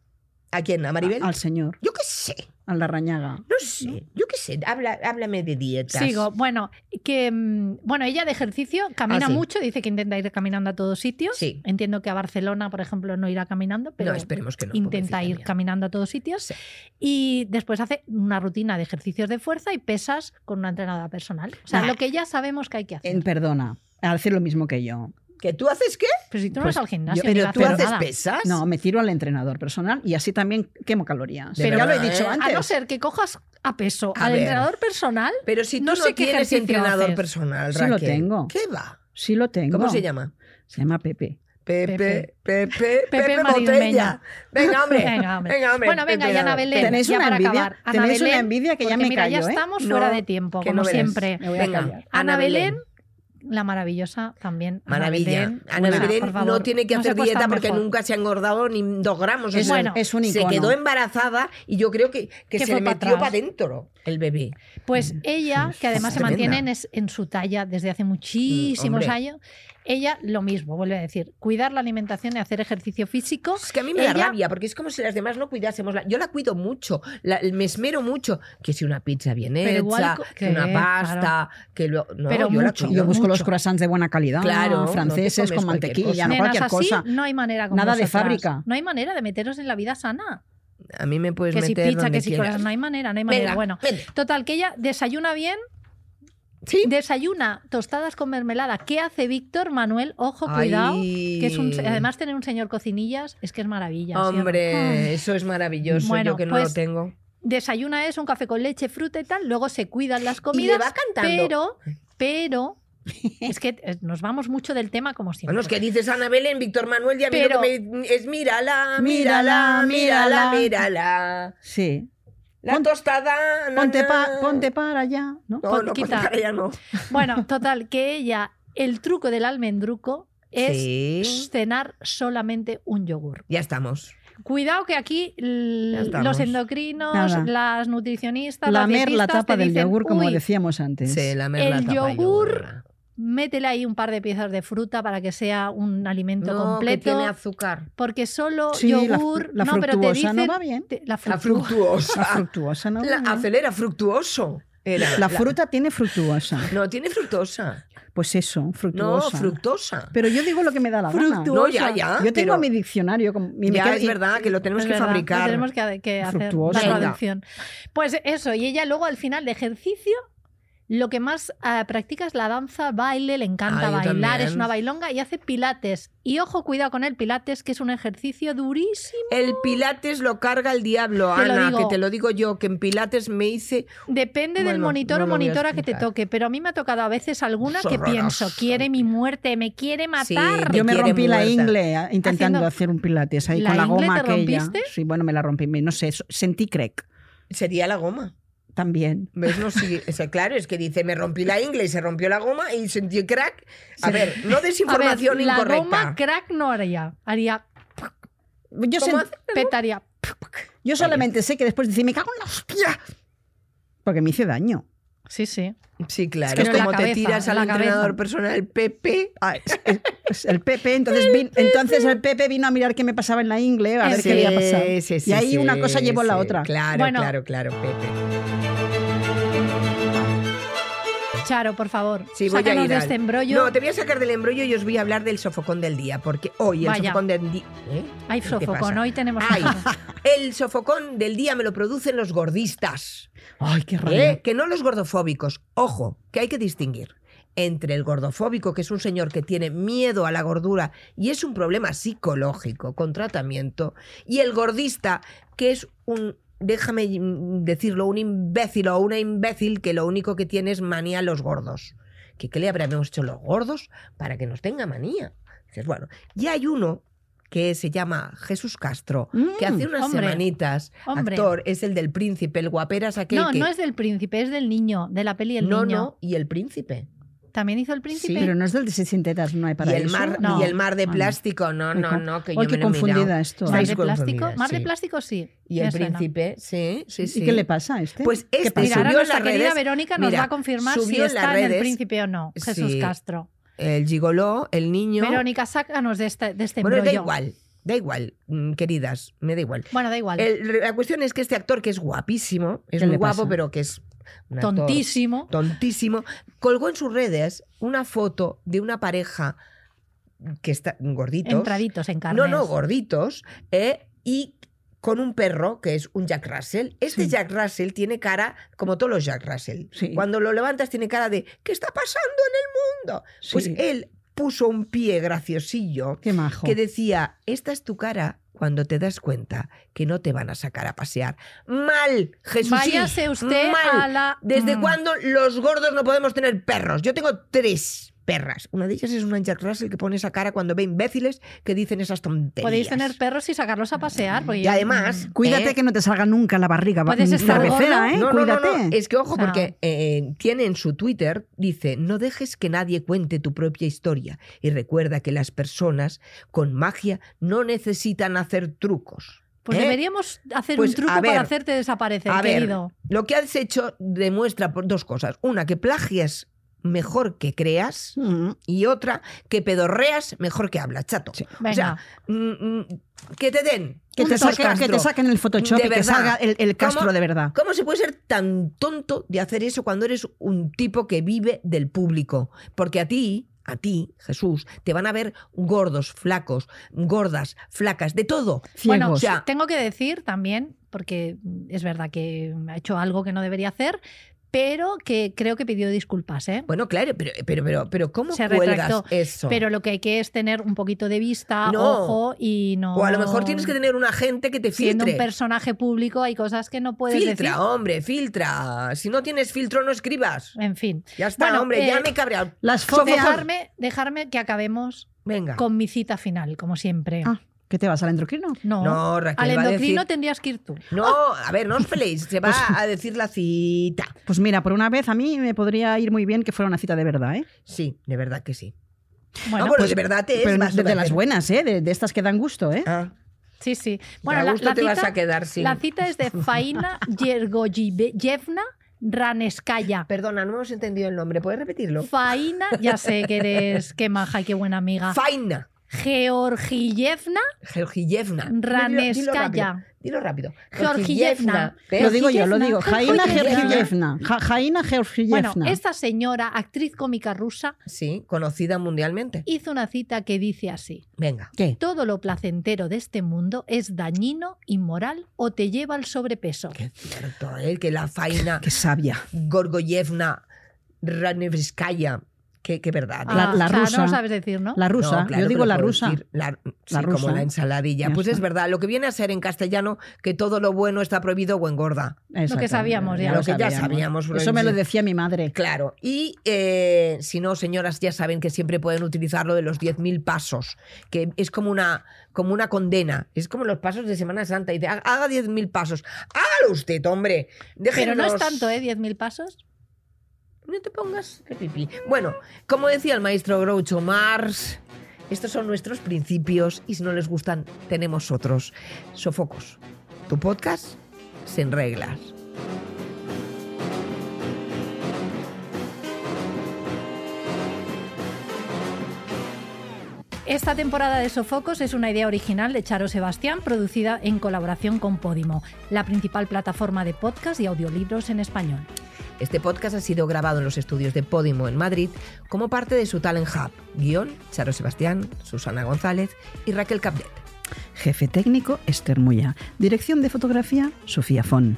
[SPEAKER 1] ¿A quién? ¿A Maribel?
[SPEAKER 3] Al señor,
[SPEAKER 1] Yo qué sé,
[SPEAKER 3] al Larrañaga.
[SPEAKER 1] no sé, yo qué sé. Habla, háblame de dietas.
[SPEAKER 2] Sigo. Bueno, que mm, bueno, ella de ejercicio camina
[SPEAKER 1] Ah, sí.
[SPEAKER 2] mucho, dice que intenta ir caminando a todos sitios.
[SPEAKER 1] Sí.
[SPEAKER 2] Entiendo que a Barcelona, por ejemplo, no irá caminando, pero
[SPEAKER 1] no, esperemos que no.
[SPEAKER 2] intenta
[SPEAKER 1] pobrecita
[SPEAKER 2] ir
[SPEAKER 1] mía.
[SPEAKER 2] caminando a todos sitios.
[SPEAKER 1] Sí.
[SPEAKER 2] Y después hace una rutina de ejercicios de fuerza y pesas con una entrenadora personal. O sea,
[SPEAKER 1] Ah.
[SPEAKER 2] lo que ya sabemos que hay que hacer.
[SPEAKER 3] En, perdona, al hacer lo mismo que yo.
[SPEAKER 1] ¿Que tú haces qué?
[SPEAKER 2] Pero si tú no
[SPEAKER 3] pues,
[SPEAKER 2] vas al gimnasio,
[SPEAKER 3] yo-
[SPEAKER 2] ni
[SPEAKER 3] pero
[SPEAKER 2] vas
[SPEAKER 1] ¿Tú
[SPEAKER 2] a hacer
[SPEAKER 1] haces
[SPEAKER 2] nada.
[SPEAKER 1] pesas?
[SPEAKER 3] No, me tiro al entrenador personal y así también quemo calorías.
[SPEAKER 1] De
[SPEAKER 3] ya lo he
[SPEAKER 1] verdad,
[SPEAKER 3] dicho
[SPEAKER 1] ¿eh?
[SPEAKER 2] A no
[SPEAKER 3] antes.
[SPEAKER 2] ser que cojas a peso
[SPEAKER 1] A
[SPEAKER 2] al
[SPEAKER 1] ver.
[SPEAKER 2] entrenador personal,
[SPEAKER 1] Pero si tú no,
[SPEAKER 2] No sé qué
[SPEAKER 1] tienes
[SPEAKER 2] ejercicio
[SPEAKER 1] entrenador
[SPEAKER 2] haces.
[SPEAKER 1] personal,
[SPEAKER 3] Sí lo
[SPEAKER 1] Raquel.
[SPEAKER 3] tengo.
[SPEAKER 1] ¿Qué va?
[SPEAKER 3] Sí lo tengo.
[SPEAKER 1] ¿Cómo se llama?
[SPEAKER 3] Se llama Pepe.
[SPEAKER 1] Pepe,
[SPEAKER 2] Pepe.
[SPEAKER 1] Pepe, Pepe,
[SPEAKER 2] Maridueño.
[SPEAKER 1] Botella. Venga, hombre.
[SPEAKER 2] Venga, hombre.
[SPEAKER 1] Venga, hombre.
[SPEAKER 2] Bueno, venga,
[SPEAKER 1] Pepe,
[SPEAKER 2] ya Ana
[SPEAKER 1] dale.
[SPEAKER 2] Belén.
[SPEAKER 3] Tenéis
[SPEAKER 2] ya
[SPEAKER 3] una
[SPEAKER 2] para
[SPEAKER 3] envidia,
[SPEAKER 2] acabar. Ana
[SPEAKER 3] tenéis una
[SPEAKER 2] Belén,
[SPEAKER 3] envidia que ya
[SPEAKER 2] porque
[SPEAKER 3] me
[SPEAKER 2] mira, ya
[SPEAKER 3] callo, ¿eh?
[SPEAKER 2] estamos
[SPEAKER 1] No,
[SPEAKER 2] fuera de tiempo,
[SPEAKER 1] que
[SPEAKER 2] como
[SPEAKER 1] no verás.
[SPEAKER 2] siempre.
[SPEAKER 3] Me voy a
[SPEAKER 1] Venga,
[SPEAKER 3] callar.
[SPEAKER 2] Ana Belén, la maravillosa también. Ana
[SPEAKER 1] Maravilla.
[SPEAKER 2] Belén.
[SPEAKER 1] Ana
[SPEAKER 2] O sea,
[SPEAKER 1] Belén
[SPEAKER 2] por favor,
[SPEAKER 1] no tiene que
[SPEAKER 2] se
[SPEAKER 1] hacer
[SPEAKER 2] ha puesto
[SPEAKER 1] dieta porque
[SPEAKER 2] mejor.
[SPEAKER 1] nunca se ha engordado ni dos gramos. o
[SPEAKER 3] Es,
[SPEAKER 1] sea,
[SPEAKER 2] Bueno,
[SPEAKER 3] es un
[SPEAKER 1] Pues se
[SPEAKER 3] icono.
[SPEAKER 1] quedó embarazada y yo creo que, que
[SPEAKER 2] Que
[SPEAKER 1] se
[SPEAKER 2] fue
[SPEAKER 1] le
[SPEAKER 2] pa'
[SPEAKER 1] metió
[SPEAKER 2] atrás.
[SPEAKER 1] para adentro el bebé.
[SPEAKER 2] Pues ella, que además
[SPEAKER 1] es
[SPEAKER 2] se mantiene en,
[SPEAKER 1] tremenda.
[SPEAKER 2] es- en su talla desde hace muchísimos
[SPEAKER 1] Mm, hombre.
[SPEAKER 2] años, ella lo mismo, vuelve a decir, cuidar la alimentación y hacer ejercicio físico.
[SPEAKER 1] Es que a mí me da
[SPEAKER 2] Ella-
[SPEAKER 1] rabia, porque es como si las demás no cuidásemos. la- Yo la cuido mucho, la- me esmero mucho. Que si una pizza bien
[SPEAKER 2] Pero
[SPEAKER 1] hecha,
[SPEAKER 2] igual
[SPEAKER 1] que
[SPEAKER 2] que-
[SPEAKER 1] una pasta,
[SPEAKER 2] claro.
[SPEAKER 1] que lo, no,
[SPEAKER 2] Pero
[SPEAKER 1] yo
[SPEAKER 2] mucho,
[SPEAKER 1] la cuido.
[SPEAKER 3] Yo busco los
[SPEAKER 2] mucho.
[SPEAKER 3] croissants de buena calidad,
[SPEAKER 1] Claro, no te
[SPEAKER 3] franceses,
[SPEAKER 1] comes
[SPEAKER 3] con
[SPEAKER 1] cualquier
[SPEAKER 3] mantequilla,
[SPEAKER 1] cosa.
[SPEAKER 3] no
[SPEAKER 2] Nenas
[SPEAKER 3] cualquier
[SPEAKER 2] así,
[SPEAKER 3] cosa.
[SPEAKER 2] no hay manera con
[SPEAKER 3] Nada de
[SPEAKER 2] vosotras.
[SPEAKER 3] fábrica.
[SPEAKER 2] No hay manera de meteros en la vida sana.
[SPEAKER 1] A mí me puedes
[SPEAKER 2] que si
[SPEAKER 1] meter
[SPEAKER 2] pizza,
[SPEAKER 1] donde
[SPEAKER 2] que si
[SPEAKER 1] quieras.
[SPEAKER 2] corazón, no hay manera, no hay manera.
[SPEAKER 1] Venga,
[SPEAKER 2] bueno,
[SPEAKER 1] vete.
[SPEAKER 2] total, que ella desayuna bien,
[SPEAKER 1] Sí.
[SPEAKER 2] desayuna tostadas con mermelada. ¿Qué hace Víctor Manuel? Ojo,
[SPEAKER 1] Ay.
[SPEAKER 2] cuidado. Que es un, además, tener un señor cocinillas es que es maravilla. ¿sí o no?
[SPEAKER 1] Hombre, eso es maravilloso,
[SPEAKER 2] Bueno,
[SPEAKER 1] yo que no
[SPEAKER 2] pues,
[SPEAKER 1] lo tengo.
[SPEAKER 2] desayuna es un café con leche, fruta y tal, luego se cuidan
[SPEAKER 1] Y
[SPEAKER 2] las
[SPEAKER 1] le
[SPEAKER 2] comidas,
[SPEAKER 1] va cantando.
[SPEAKER 2] pero, pero, es que eh, nos vamos mucho del tema como siempre.
[SPEAKER 1] Bueno, es que dices Ana Belén, Víctor Manuel, ya
[SPEAKER 2] Pero-
[SPEAKER 1] pero... es mírala,
[SPEAKER 3] Mírala,
[SPEAKER 1] mírala, mírala,
[SPEAKER 3] mírala.
[SPEAKER 1] mírala.
[SPEAKER 3] Sí.
[SPEAKER 1] La
[SPEAKER 3] Pon-
[SPEAKER 1] tostada. na,
[SPEAKER 3] Ponte, pa-
[SPEAKER 1] na.
[SPEAKER 3] ponte para allá, ¿no?
[SPEAKER 1] No, no, ponte
[SPEAKER 2] quita.
[SPEAKER 1] para allá, no.
[SPEAKER 2] Bueno, total, que ella, el truco del almendruco es
[SPEAKER 1] Sí.
[SPEAKER 2] cenar solamente un yogur.
[SPEAKER 1] Ya estamos.
[SPEAKER 2] Cuidado que aquí l-
[SPEAKER 1] Ya estamos.
[SPEAKER 2] los endocrinos,
[SPEAKER 3] Nada.
[SPEAKER 2] las nutricionistas,
[SPEAKER 3] Lamer
[SPEAKER 2] las
[SPEAKER 3] la
[SPEAKER 2] dietistas
[SPEAKER 3] tapa
[SPEAKER 2] te
[SPEAKER 3] del
[SPEAKER 2] dicen,
[SPEAKER 3] yogur, como
[SPEAKER 2] "Uy,
[SPEAKER 3] decíamos antes.
[SPEAKER 1] Sí, la merla
[SPEAKER 2] El
[SPEAKER 1] tapa y
[SPEAKER 2] yogur
[SPEAKER 1] yogur.
[SPEAKER 2] métele ahí un par de piezas de fruta para que sea un alimento
[SPEAKER 1] No, que
[SPEAKER 2] completo.
[SPEAKER 1] tiene azúcar.
[SPEAKER 2] Porque solo
[SPEAKER 3] Sí, la-
[SPEAKER 2] yogur,
[SPEAKER 3] la,
[SPEAKER 2] no, pero te
[SPEAKER 3] fructuosa
[SPEAKER 2] dicen
[SPEAKER 3] no va bien.
[SPEAKER 2] te- la
[SPEAKER 1] La
[SPEAKER 2] fructuosa.
[SPEAKER 3] La
[SPEAKER 1] fructuosa.
[SPEAKER 3] fructuosa no va
[SPEAKER 1] Ah, La
[SPEAKER 3] bien.
[SPEAKER 1] acelera fructuoso. Era
[SPEAKER 3] La fruta tiene fructuosa.
[SPEAKER 1] No, tiene fructosa.
[SPEAKER 3] Pues eso,
[SPEAKER 1] No,
[SPEAKER 3] fructuosa.
[SPEAKER 1] fructosa.
[SPEAKER 3] Pero yo digo lo que me da la gana.
[SPEAKER 1] No, ya, ya.
[SPEAKER 3] Yo tengo
[SPEAKER 1] pero
[SPEAKER 3] mi diccionario. como- y me
[SPEAKER 1] Ya
[SPEAKER 3] quedo-
[SPEAKER 1] es
[SPEAKER 3] y-
[SPEAKER 1] verdad que lo tenemos
[SPEAKER 2] Es
[SPEAKER 1] que
[SPEAKER 2] verdad, pues
[SPEAKER 1] fabricar.
[SPEAKER 2] Tenemos que, que hacer la
[SPEAKER 3] Fructuosa.
[SPEAKER 1] Venga.
[SPEAKER 2] traducción. Pues eso, y ella luego al final de ejercicio, lo que más eh, practica es la danza, baile, le encanta
[SPEAKER 1] Ah, yo
[SPEAKER 2] bailar,
[SPEAKER 1] también.
[SPEAKER 2] es una bailonga y hace pilates. Y ojo, cuidado con el pilates, que es un ejercicio durísimo
[SPEAKER 1] El Pilates lo carga el diablo,
[SPEAKER 2] Te lo
[SPEAKER 1] Ana,
[SPEAKER 2] digo.
[SPEAKER 1] que te lo digo yo, que en Pilates me hice.
[SPEAKER 2] Depende del
[SPEAKER 1] Bueno,
[SPEAKER 2] monitor
[SPEAKER 1] no
[SPEAKER 2] o
[SPEAKER 1] lo voy a
[SPEAKER 2] monitora que te
[SPEAKER 1] explicar.
[SPEAKER 2] toque, pero a mí me ha tocado a veces alguna
[SPEAKER 1] Es
[SPEAKER 2] que pienso,
[SPEAKER 1] horroroso.
[SPEAKER 2] quiere mi muerte, me quiere
[SPEAKER 1] Sí,
[SPEAKER 2] matar.
[SPEAKER 1] te
[SPEAKER 3] Yo me
[SPEAKER 1] quiere
[SPEAKER 3] rompí la
[SPEAKER 1] muerta.
[SPEAKER 3] ingle ah, intentando
[SPEAKER 2] Haciendo-
[SPEAKER 3] hacer un pilates ahí
[SPEAKER 2] ¿La
[SPEAKER 3] con la
[SPEAKER 2] ingle
[SPEAKER 3] goma
[SPEAKER 2] te
[SPEAKER 3] aquella.
[SPEAKER 2] rompiste?
[SPEAKER 3] Sí, bueno, me la rompí. me- No sé, so- sentí crack
[SPEAKER 1] Sería la goma.
[SPEAKER 3] también.
[SPEAKER 1] ¿Ves? No, sí, o sea, claro, es que dice, me rompí la ingle y se rompió la goma y sentí crack. A
[SPEAKER 3] Sí.
[SPEAKER 1] ver, no
[SPEAKER 2] A ver,
[SPEAKER 1] desinformación
[SPEAKER 2] la
[SPEAKER 1] incorrecta.
[SPEAKER 2] goma crack no haría, haría
[SPEAKER 3] Yo,
[SPEAKER 1] ¿Cómo
[SPEAKER 3] sent-
[SPEAKER 1] hace?
[SPEAKER 2] petaría.
[SPEAKER 3] yo solamente sé que después dice, me cago en la hostia. Porque me hice daño.
[SPEAKER 2] Sí, sí.
[SPEAKER 1] Sí, claro.
[SPEAKER 2] Pero en la
[SPEAKER 1] como te
[SPEAKER 2] cabeza,
[SPEAKER 1] tiras
[SPEAKER 2] en
[SPEAKER 1] al
[SPEAKER 2] la
[SPEAKER 1] entrenador
[SPEAKER 2] cabeza.
[SPEAKER 1] personal Pepe.
[SPEAKER 3] Ah, es- es- es el Pepe, entonces, vin- entonces el Pepe vino a mirar qué me pasaba en la ingle, a ver
[SPEAKER 2] Sí,
[SPEAKER 3] qué había pasado.
[SPEAKER 1] sí, sí,
[SPEAKER 3] y ahí
[SPEAKER 1] sí,
[SPEAKER 3] una cosa llevó a la
[SPEAKER 1] sí.
[SPEAKER 3] otra.
[SPEAKER 1] Claro,
[SPEAKER 2] Bueno.
[SPEAKER 1] claro, claro, Pepe.
[SPEAKER 2] Charo, por favor,
[SPEAKER 1] Sí, voy a
[SPEAKER 2] sácanos
[SPEAKER 1] ir
[SPEAKER 2] de
[SPEAKER 1] al-
[SPEAKER 2] este embrollo.
[SPEAKER 1] No, te voy a sacar del embrollo y os voy a hablar del sofocón del día, porque hoy el
[SPEAKER 2] Vaya.
[SPEAKER 1] sofocón del día. ¿Eh?
[SPEAKER 2] Hay
[SPEAKER 1] ¿Qué
[SPEAKER 2] sofocón,
[SPEAKER 1] pasa?
[SPEAKER 2] hoy tenemos
[SPEAKER 1] Ay,
[SPEAKER 2] sofocón.
[SPEAKER 1] el sofocón del día me lo producen los gordistas.
[SPEAKER 3] Ay, qué raro.
[SPEAKER 1] ¿eh? Que no los gordofóbicos. Ojo, que hay que distinguir entre el gordofóbico, que es un señor que tiene miedo a la gordura y es un problema psicológico con tratamiento, y el gordista, que es un, déjame mm, decirlo, un imbécil o una imbécil que lo único que tiene es manía a los gordos. ¿Que ¿Qué le habremos hecho los gordos para que nos tenga manía? Dices, bueno, y hay uno que se llama Jesús Castro, que
[SPEAKER 3] Mm,
[SPEAKER 1] hace unas
[SPEAKER 2] hombre,
[SPEAKER 1] semanitas,
[SPEAKER 2] hombre.
[SPEAKER 1] actor, es el del príncipe, el guaperas aquel
[SPEAKER 2] No,
[SPEAKER 1] que...
[SPEAKER 2] no es del príncipe, es del niño, de la peli El
[SPEAKER 1] no,
[SPEAKER 2] Niño.
[SPEAKER 1] no, y el príncipe.
[SPEAKER 2] ¿También hizo el príncipe?
[SPEAKER 1] Sí.
[SPEAKER 3] Pero no es del de 60 tetas, no hay para
[SPEAKER 1] y, el
[SPEAKER 3] eso.
[SPEAKER 1] mar,
[SPEAKER 2] No.
[SPEAKER 1] y el mar de
[SPEAKER 3] Ah, no.
[SPEAKER 1] plástico, no, no,
[SPEAKER 3] Ay,
[SPEAKER 1] no, que
[SPEAKER 3] Ay,
[SPEAKER 1] yo me
[SPEAKER 3] qué
[SPEAKER 1] lo he mirado.
[SPEAKER 3] confundida esto.
[SPEAKER 2] ¿Más
[SPEAKER 1] Estáis
[SPEAKER 2] de plástico?
[SPEAKER 1] confundidas,
[SPEAKER 2] Más de
[SPEAKER 1] sí.
[SPEAKER 2] príncipe sí.
[SPEAKER 1] Y el
[SPEAKER 2] Me suena.
[SPEAKER 1] príncipe, sí, sí, sí.
[SPEAKER 3] ¿Y qué le pasa a este?
[SPEAKER 1] Pues
[SPEAKER 3] ¿Qué
[SPEAKER 1] este
[SPEAKER 3] pasa?
[SPEAKER 2] Mira, ahora
[SPEAKER 1] Subió en
[SPEAKER 2] nuestra
[SPEAKER 1] las
[SPEAKER 2] querida
[SPEAKER 1] redes-
[SPEAKER 2] Verónica nos
[SPEAKER 1] Mira,
[SPEAKER 2] va a confirmar si
[SPEAKER 1] subió en las
[SPEAKER 2] está en el
[SPEAKER 1] redes-
[SPEAKER 2] príncipe o no, Jesús
[SPEAKER 1] Sí.
[SPEAKER 2] Castro.
[SPEAKER 1] El gigoló, el niño...
[SPEAKER 2] Verónica, sácanos de este, de este
[SPEAKER 1] bueno, da
[SPEAKER 2] embrollo.
[SPEAKER 1] igual, da igual, mm, queridas, me da igual.
[SPEAKER 2] Bueno, da igual.
[SPEAKER 1] El- la cuestión es que este actor, que es guapísimo, es
[SPEAKER 3] ¿Qué
[SPEAKER 1] muy
[SPEAKER 3] le
[SPEAKER 1] guapo,
[SPEAKER 3] pasa?
[SPEAKER 1] pero que es... un actor
[SPEAKER 2] Tontísimo.
[SPEAKER 1] tontísimo, colgó en sus redes una foto de una pareja que está gorditos.
[SPEAKER 2] Entraditos en carne.
[SPEAKER 1] No, no, gorditos. eh, y con un perro que es un Jack Russell. Este
[SPEAKER 3] Sí.
[SPEAKER 1] Jack Russell tiene cara, como todos los Jack Russell.
[SPEAKER 3] Sí.
[SPEAKER 1] Cuando lo levantas tiene cara de ¿qué está pasando en el mundo? Pues
[SPEAKER 3] Sí.
[SPEAKER 1] él puso un pie graciosillo
[SPEAKER 3] Qué majo.
[SPEAKER 1] que decía, esta es tu cara cuando te das cuenta que no te van a sacar a pasear. Mal, Jesús.
[SPEAKER 2] Váyase usted
[SPEAKER 1] mal.
[SPEAKER 2] a la...
[SPEAKER 1] ¿Desde
[SPEAKER 2] Mm.
[SPEAKER 1] cuándo los gordos no podemos tener perros? Yo tengo tres. perras. Una de ellas es una Jack Russell que pone esa cara cuando ve imbéciles que dicen esas tonterías.
[SPEAKER 2] Podéis tener perros y sacarlos a pasear. porque-
[SPEAKER 1] Y además,
[SPEAKER 3] Cuídate
[SPEAKER 1] ¿eh?
[SPEAKER 3] que no te salga nunca la barriga. va-
[SPEAKER 2] Puedes estar
[SPEAKER 3] la becera,
[SPEAKER 2] gorda.
[SPEAKER 3] ¿eh?
[SPEAKER 1] No, no, no,
[SPEAKER 3] Cuídate.
[SPEAKER 1] no. Es que ojo,
[SPEAKER 2] O sea-
[SPEAKER 1] porque eh, tiene en su Twitter, dice, no dejes que nadie cuente tu propia historia y recuerda que las personas con magia no necesitan hacer trucos.
[SPEAKER 2] Pues
[SPEAKER 1] ¿Eh?
[SPEAKER 2] deberíamos hacer
[SPEAKER 1] Pues,
[SPEAKER 2] un truco
[SPEAKER 1] a ver,
[SPEAKER 2] para hacerte desaparecer,
[SPEAKER 1] A ver,
[SPEAKER 2] querido.
[SPEAKER 1] lo que has hecho demuestra por dos cosas. Una, que plagias mejor que creas
[SPEAKER 3] Mm.
[SPEAKER 1] y otra, que pedorreas mejor que hablas, chato.
[SPEAKER 3] Sí.
[SPEAKER 2] Venga.
[SPEAKER 1] O sea, mm, mm, que te den.
[SPEAKER 3] Que,
[SPEAKER 1] un
[SPEAKER 3] te
[SPEAKER 1] Tor
[SPEAKER 3] saquen, que
[SPEAKER 1] Castro.
[SPEAKER 3] te saquen el Photoshop
[SPEAKER 1] De
[SPEAKER 3] y que
[SPEAKER 1] verdad.
[SPEAKER 3] salga el, el Castro
[SPEAKER 1] ¿Cómo?
[SPEAKER 3] de verdad.
[SPEAKER 1] ¿Cómo se puede ser tan tonto de hacer eso cuando eres un tipo que vive del público? Porque a ti, a ti, Jesús, te van a ver gordos, flacos, gordas, flacas, de todo.
[SPEAKER 3] Ciegos.
[SPEAKER 2] Bueno,
[SPEAKER 1] o sea-
[SPEAKER 2] tengo que decir también, porque mm, es verdad que ha hecho algo que no debería hacer, pero que creo que pidió disculpas, ¿eh?
[SPEAKER 1] Bueno, claro, pero, pero, pero, pero ¿cómo
[SPEAKER 2] Se
[SPEAKER 1] cuelgas
[SPEAKER 2] retractó,
[SPEAKER 1] eso?
[SPEAKER 2] Pero lo que hay que es tener un poquito de vista,
[SPEAKER 1] No.
[SPEAKER 2] ojo y no.
[SPEAKER 1] o a lo mejor tienes que tener un agente que te
[SPEAKER 2] Siendo
[SPEAKER 1] filtre.
[SPEAKER 2] un personaje público hay cosas que no puedes
[SPEAKER 1] filtra,
[SPEAKER 2] decir.
[SPEAKER 1] hombre, filtra. Si no tienes filtro, no escribas.
[SPEAKER 2] En fin.
[SPEAKER 1] Ya está,
[SPEAKER 2] Bueno,
[SPEAKER 1] hombre, ya
[SPEAKER 2] eh,
[SPEAKER 1] me he cabreado.
[SPEAKER 3] Las
[SPEAKER 1] Sofoco-
[SPEAKER 3] fotos.
[SPEAKER 2] Dejarme, dejarme que acabemos
[SPEAKER 1] Venga.
[SPEAKER 2] con mi cita final, como siempre.
[SPEAKER 3] Ah, ¿Qué te vas al endocrino?
[SPEAKER 2] no.
[SPEAKER 1] No,
[SPEAKER 2] Al
[SPEAKER 1] Raquel va a decir...
[SPEAKER 2] endocrino Pues tendrías que ir tú.
[SPEAKER 1] No, a ver, no os peleéis. Se va a decir la cita.
[SPEAKER 3] Pues mira, por una vez a mí me podría ir muy bien que fuera una cita de verdad, ¿eh?
[SPEAKER 1] Sí, de verdad que sí.
[SPEAKER 2] Bueno,
[SPEAKER 1] no, pero de verdad te es
[SPEAKER 3] pues Pero
[SPEAKER 1] vas a
[SPEAKER 3] de, de las
[SPEAKER 1] hacer-
[SPEAKER 3] buenas, ¿eh? De, de estas que dan gusto, ¿eh?
[SPEAKER 1] Ah,
[SPEAKER 2] sí, sí.
[SPEAKER 1] bueno,
[SPEAKER 2] Bueno, la,
[SPEAKER 1] gusto
[SPEAKER 2] la
[SPEAKER 1] te vas a
[SPEAKER 2] cita,
[SPEAKER 1] quedar sin.
[SPEAKER 2] la cita es de Faina Yergoyevna Raneskaya.
[SPEAKER 1] Perdona, no hemos entendido el nombre. ¿Puedes repetirlo?
[SPEAKER 2] Faina, ya sé que eres qué maja y qué buena amiga.
[SPEAKER 1] Faina
[SPEAKER 2] Georgiyevna
[SPEAKER 1] Georgievna. Ah, Dilo rápido.
[SPEAKER 2] Raneskaya.
[SPEAKER 1] Dilo rápido.
[SPEAKER 2] Georgievna.
[SPEAKER 1] ¿ves?
[SPEAKER 3] Lo digo yo, lo
[SPEAKER 2] Georgievna.
[SPEAKER 3] digo. Jaina
[SPEAKER 2] Georgievna.
[SPEAKER 3] Georgievna. Ja- Jaina
[SPEAKER 2] Bueno,
[SPEAKER 3] Georgievna.
[SPEAKER 2] esta señora, actriz cómica rusa,
[SPEAKER 1] Sí, conocida mundialmente.
[SPEAKER 2] hizo una cita que dice así:
[SPEAKER 1] Venga.
[SPEAKER 3] ¿Qué?
[SPEAKER 2] Todo lo placentero de este mundo es dañino, inmoral o te lleva al sobrepeso.
[SPEAKER 1] Qué cierto, ¿eh? Que la Faina
[SPEAKER 3] Qué sabia.
[SPEAKER 1] Gorgoyevna Ranevskaya. Qué, qué verdad. ¿eh?
[SPEAKER 3] La-
[SPEAKER 2] Ah,
[SPEAKER 3] la
[SPEAKER 2] o sea,
[SPEAKER 3] rusa.
[SPEAKER 2] No lo sabes decir, ¿no?
[SPEAKER 3] La rusa.
[SPEAKER 1] No, claro
[SPEAKER 3] yo
[SPEAKER 1] que
[SPEAKER 3] digo
[SPEAKER 1] lo
[SPEAKER 3] la
[SPEAKER 1] puedo
[SPEAKER 3] rusa.
[SPEAKER 1] decir. La, sí,
[SPEAKER 3] La
[SPEAKER 1] como
[SPEAKER 3] rusa.
[SPEAKER 1] la ensaladilla.
[SPEAKER 3] Ya
[SPEAKER 1] pues es
[SPEAKER 3] está.
[SPEAKER 1] verdad. Lo que viene a ser en castellano que todo lo bueno está prohibido o engorda.
[SPEAKER 3] Exacto.
[SPEAKER 2] que sabíamos ya.
[SPEAKER 1] Lo que ya sabíamos, lo
[SPEAKER 3] Eso me lo
[SPEAKER 1] decía.
[SPEAKER 3] decía mi madre.
[SPEAKER 1] Claro, y eh, si no, señoras, ya saben que siempre pueden utilizar lo de los 10.000 pasos, que es como una, como una condena, es como los pasos de Semana Santa, y dice, "Ha- haga 10.000 pasos, hágalo usted, hombre.
[SPEAKER 2] Pero no es
[SPEAKER 1] Déjenos-
[SPEAKER 2] tanto, ¿eh? 10.000 pasos.
[SPEAKER 1] No te pongas que pipí. Bueno, como decía el maestro Groucho Mars, estos son nuestros principios y si no les gustan, tenemos otros. Sofocos, tu podcast sin reglas.
[SPEAKER 2] Esta temporada de Sofocos es una idea original de Charo Sebastián, producida en colaboración con Podimo, la principal plataforma de podcast y audiolibros en español.
[SPEAKER 1] Este podcast ha sido grabado en los estudios de Podimo en Madrid como parte de su Talent Hub. Guión, Charo Sebastián, Susana González y Raquel Capdet.
[SPEAKER 3] Jefe técnico, Esther Muya. Dirección de fotografía, Sofía Fon.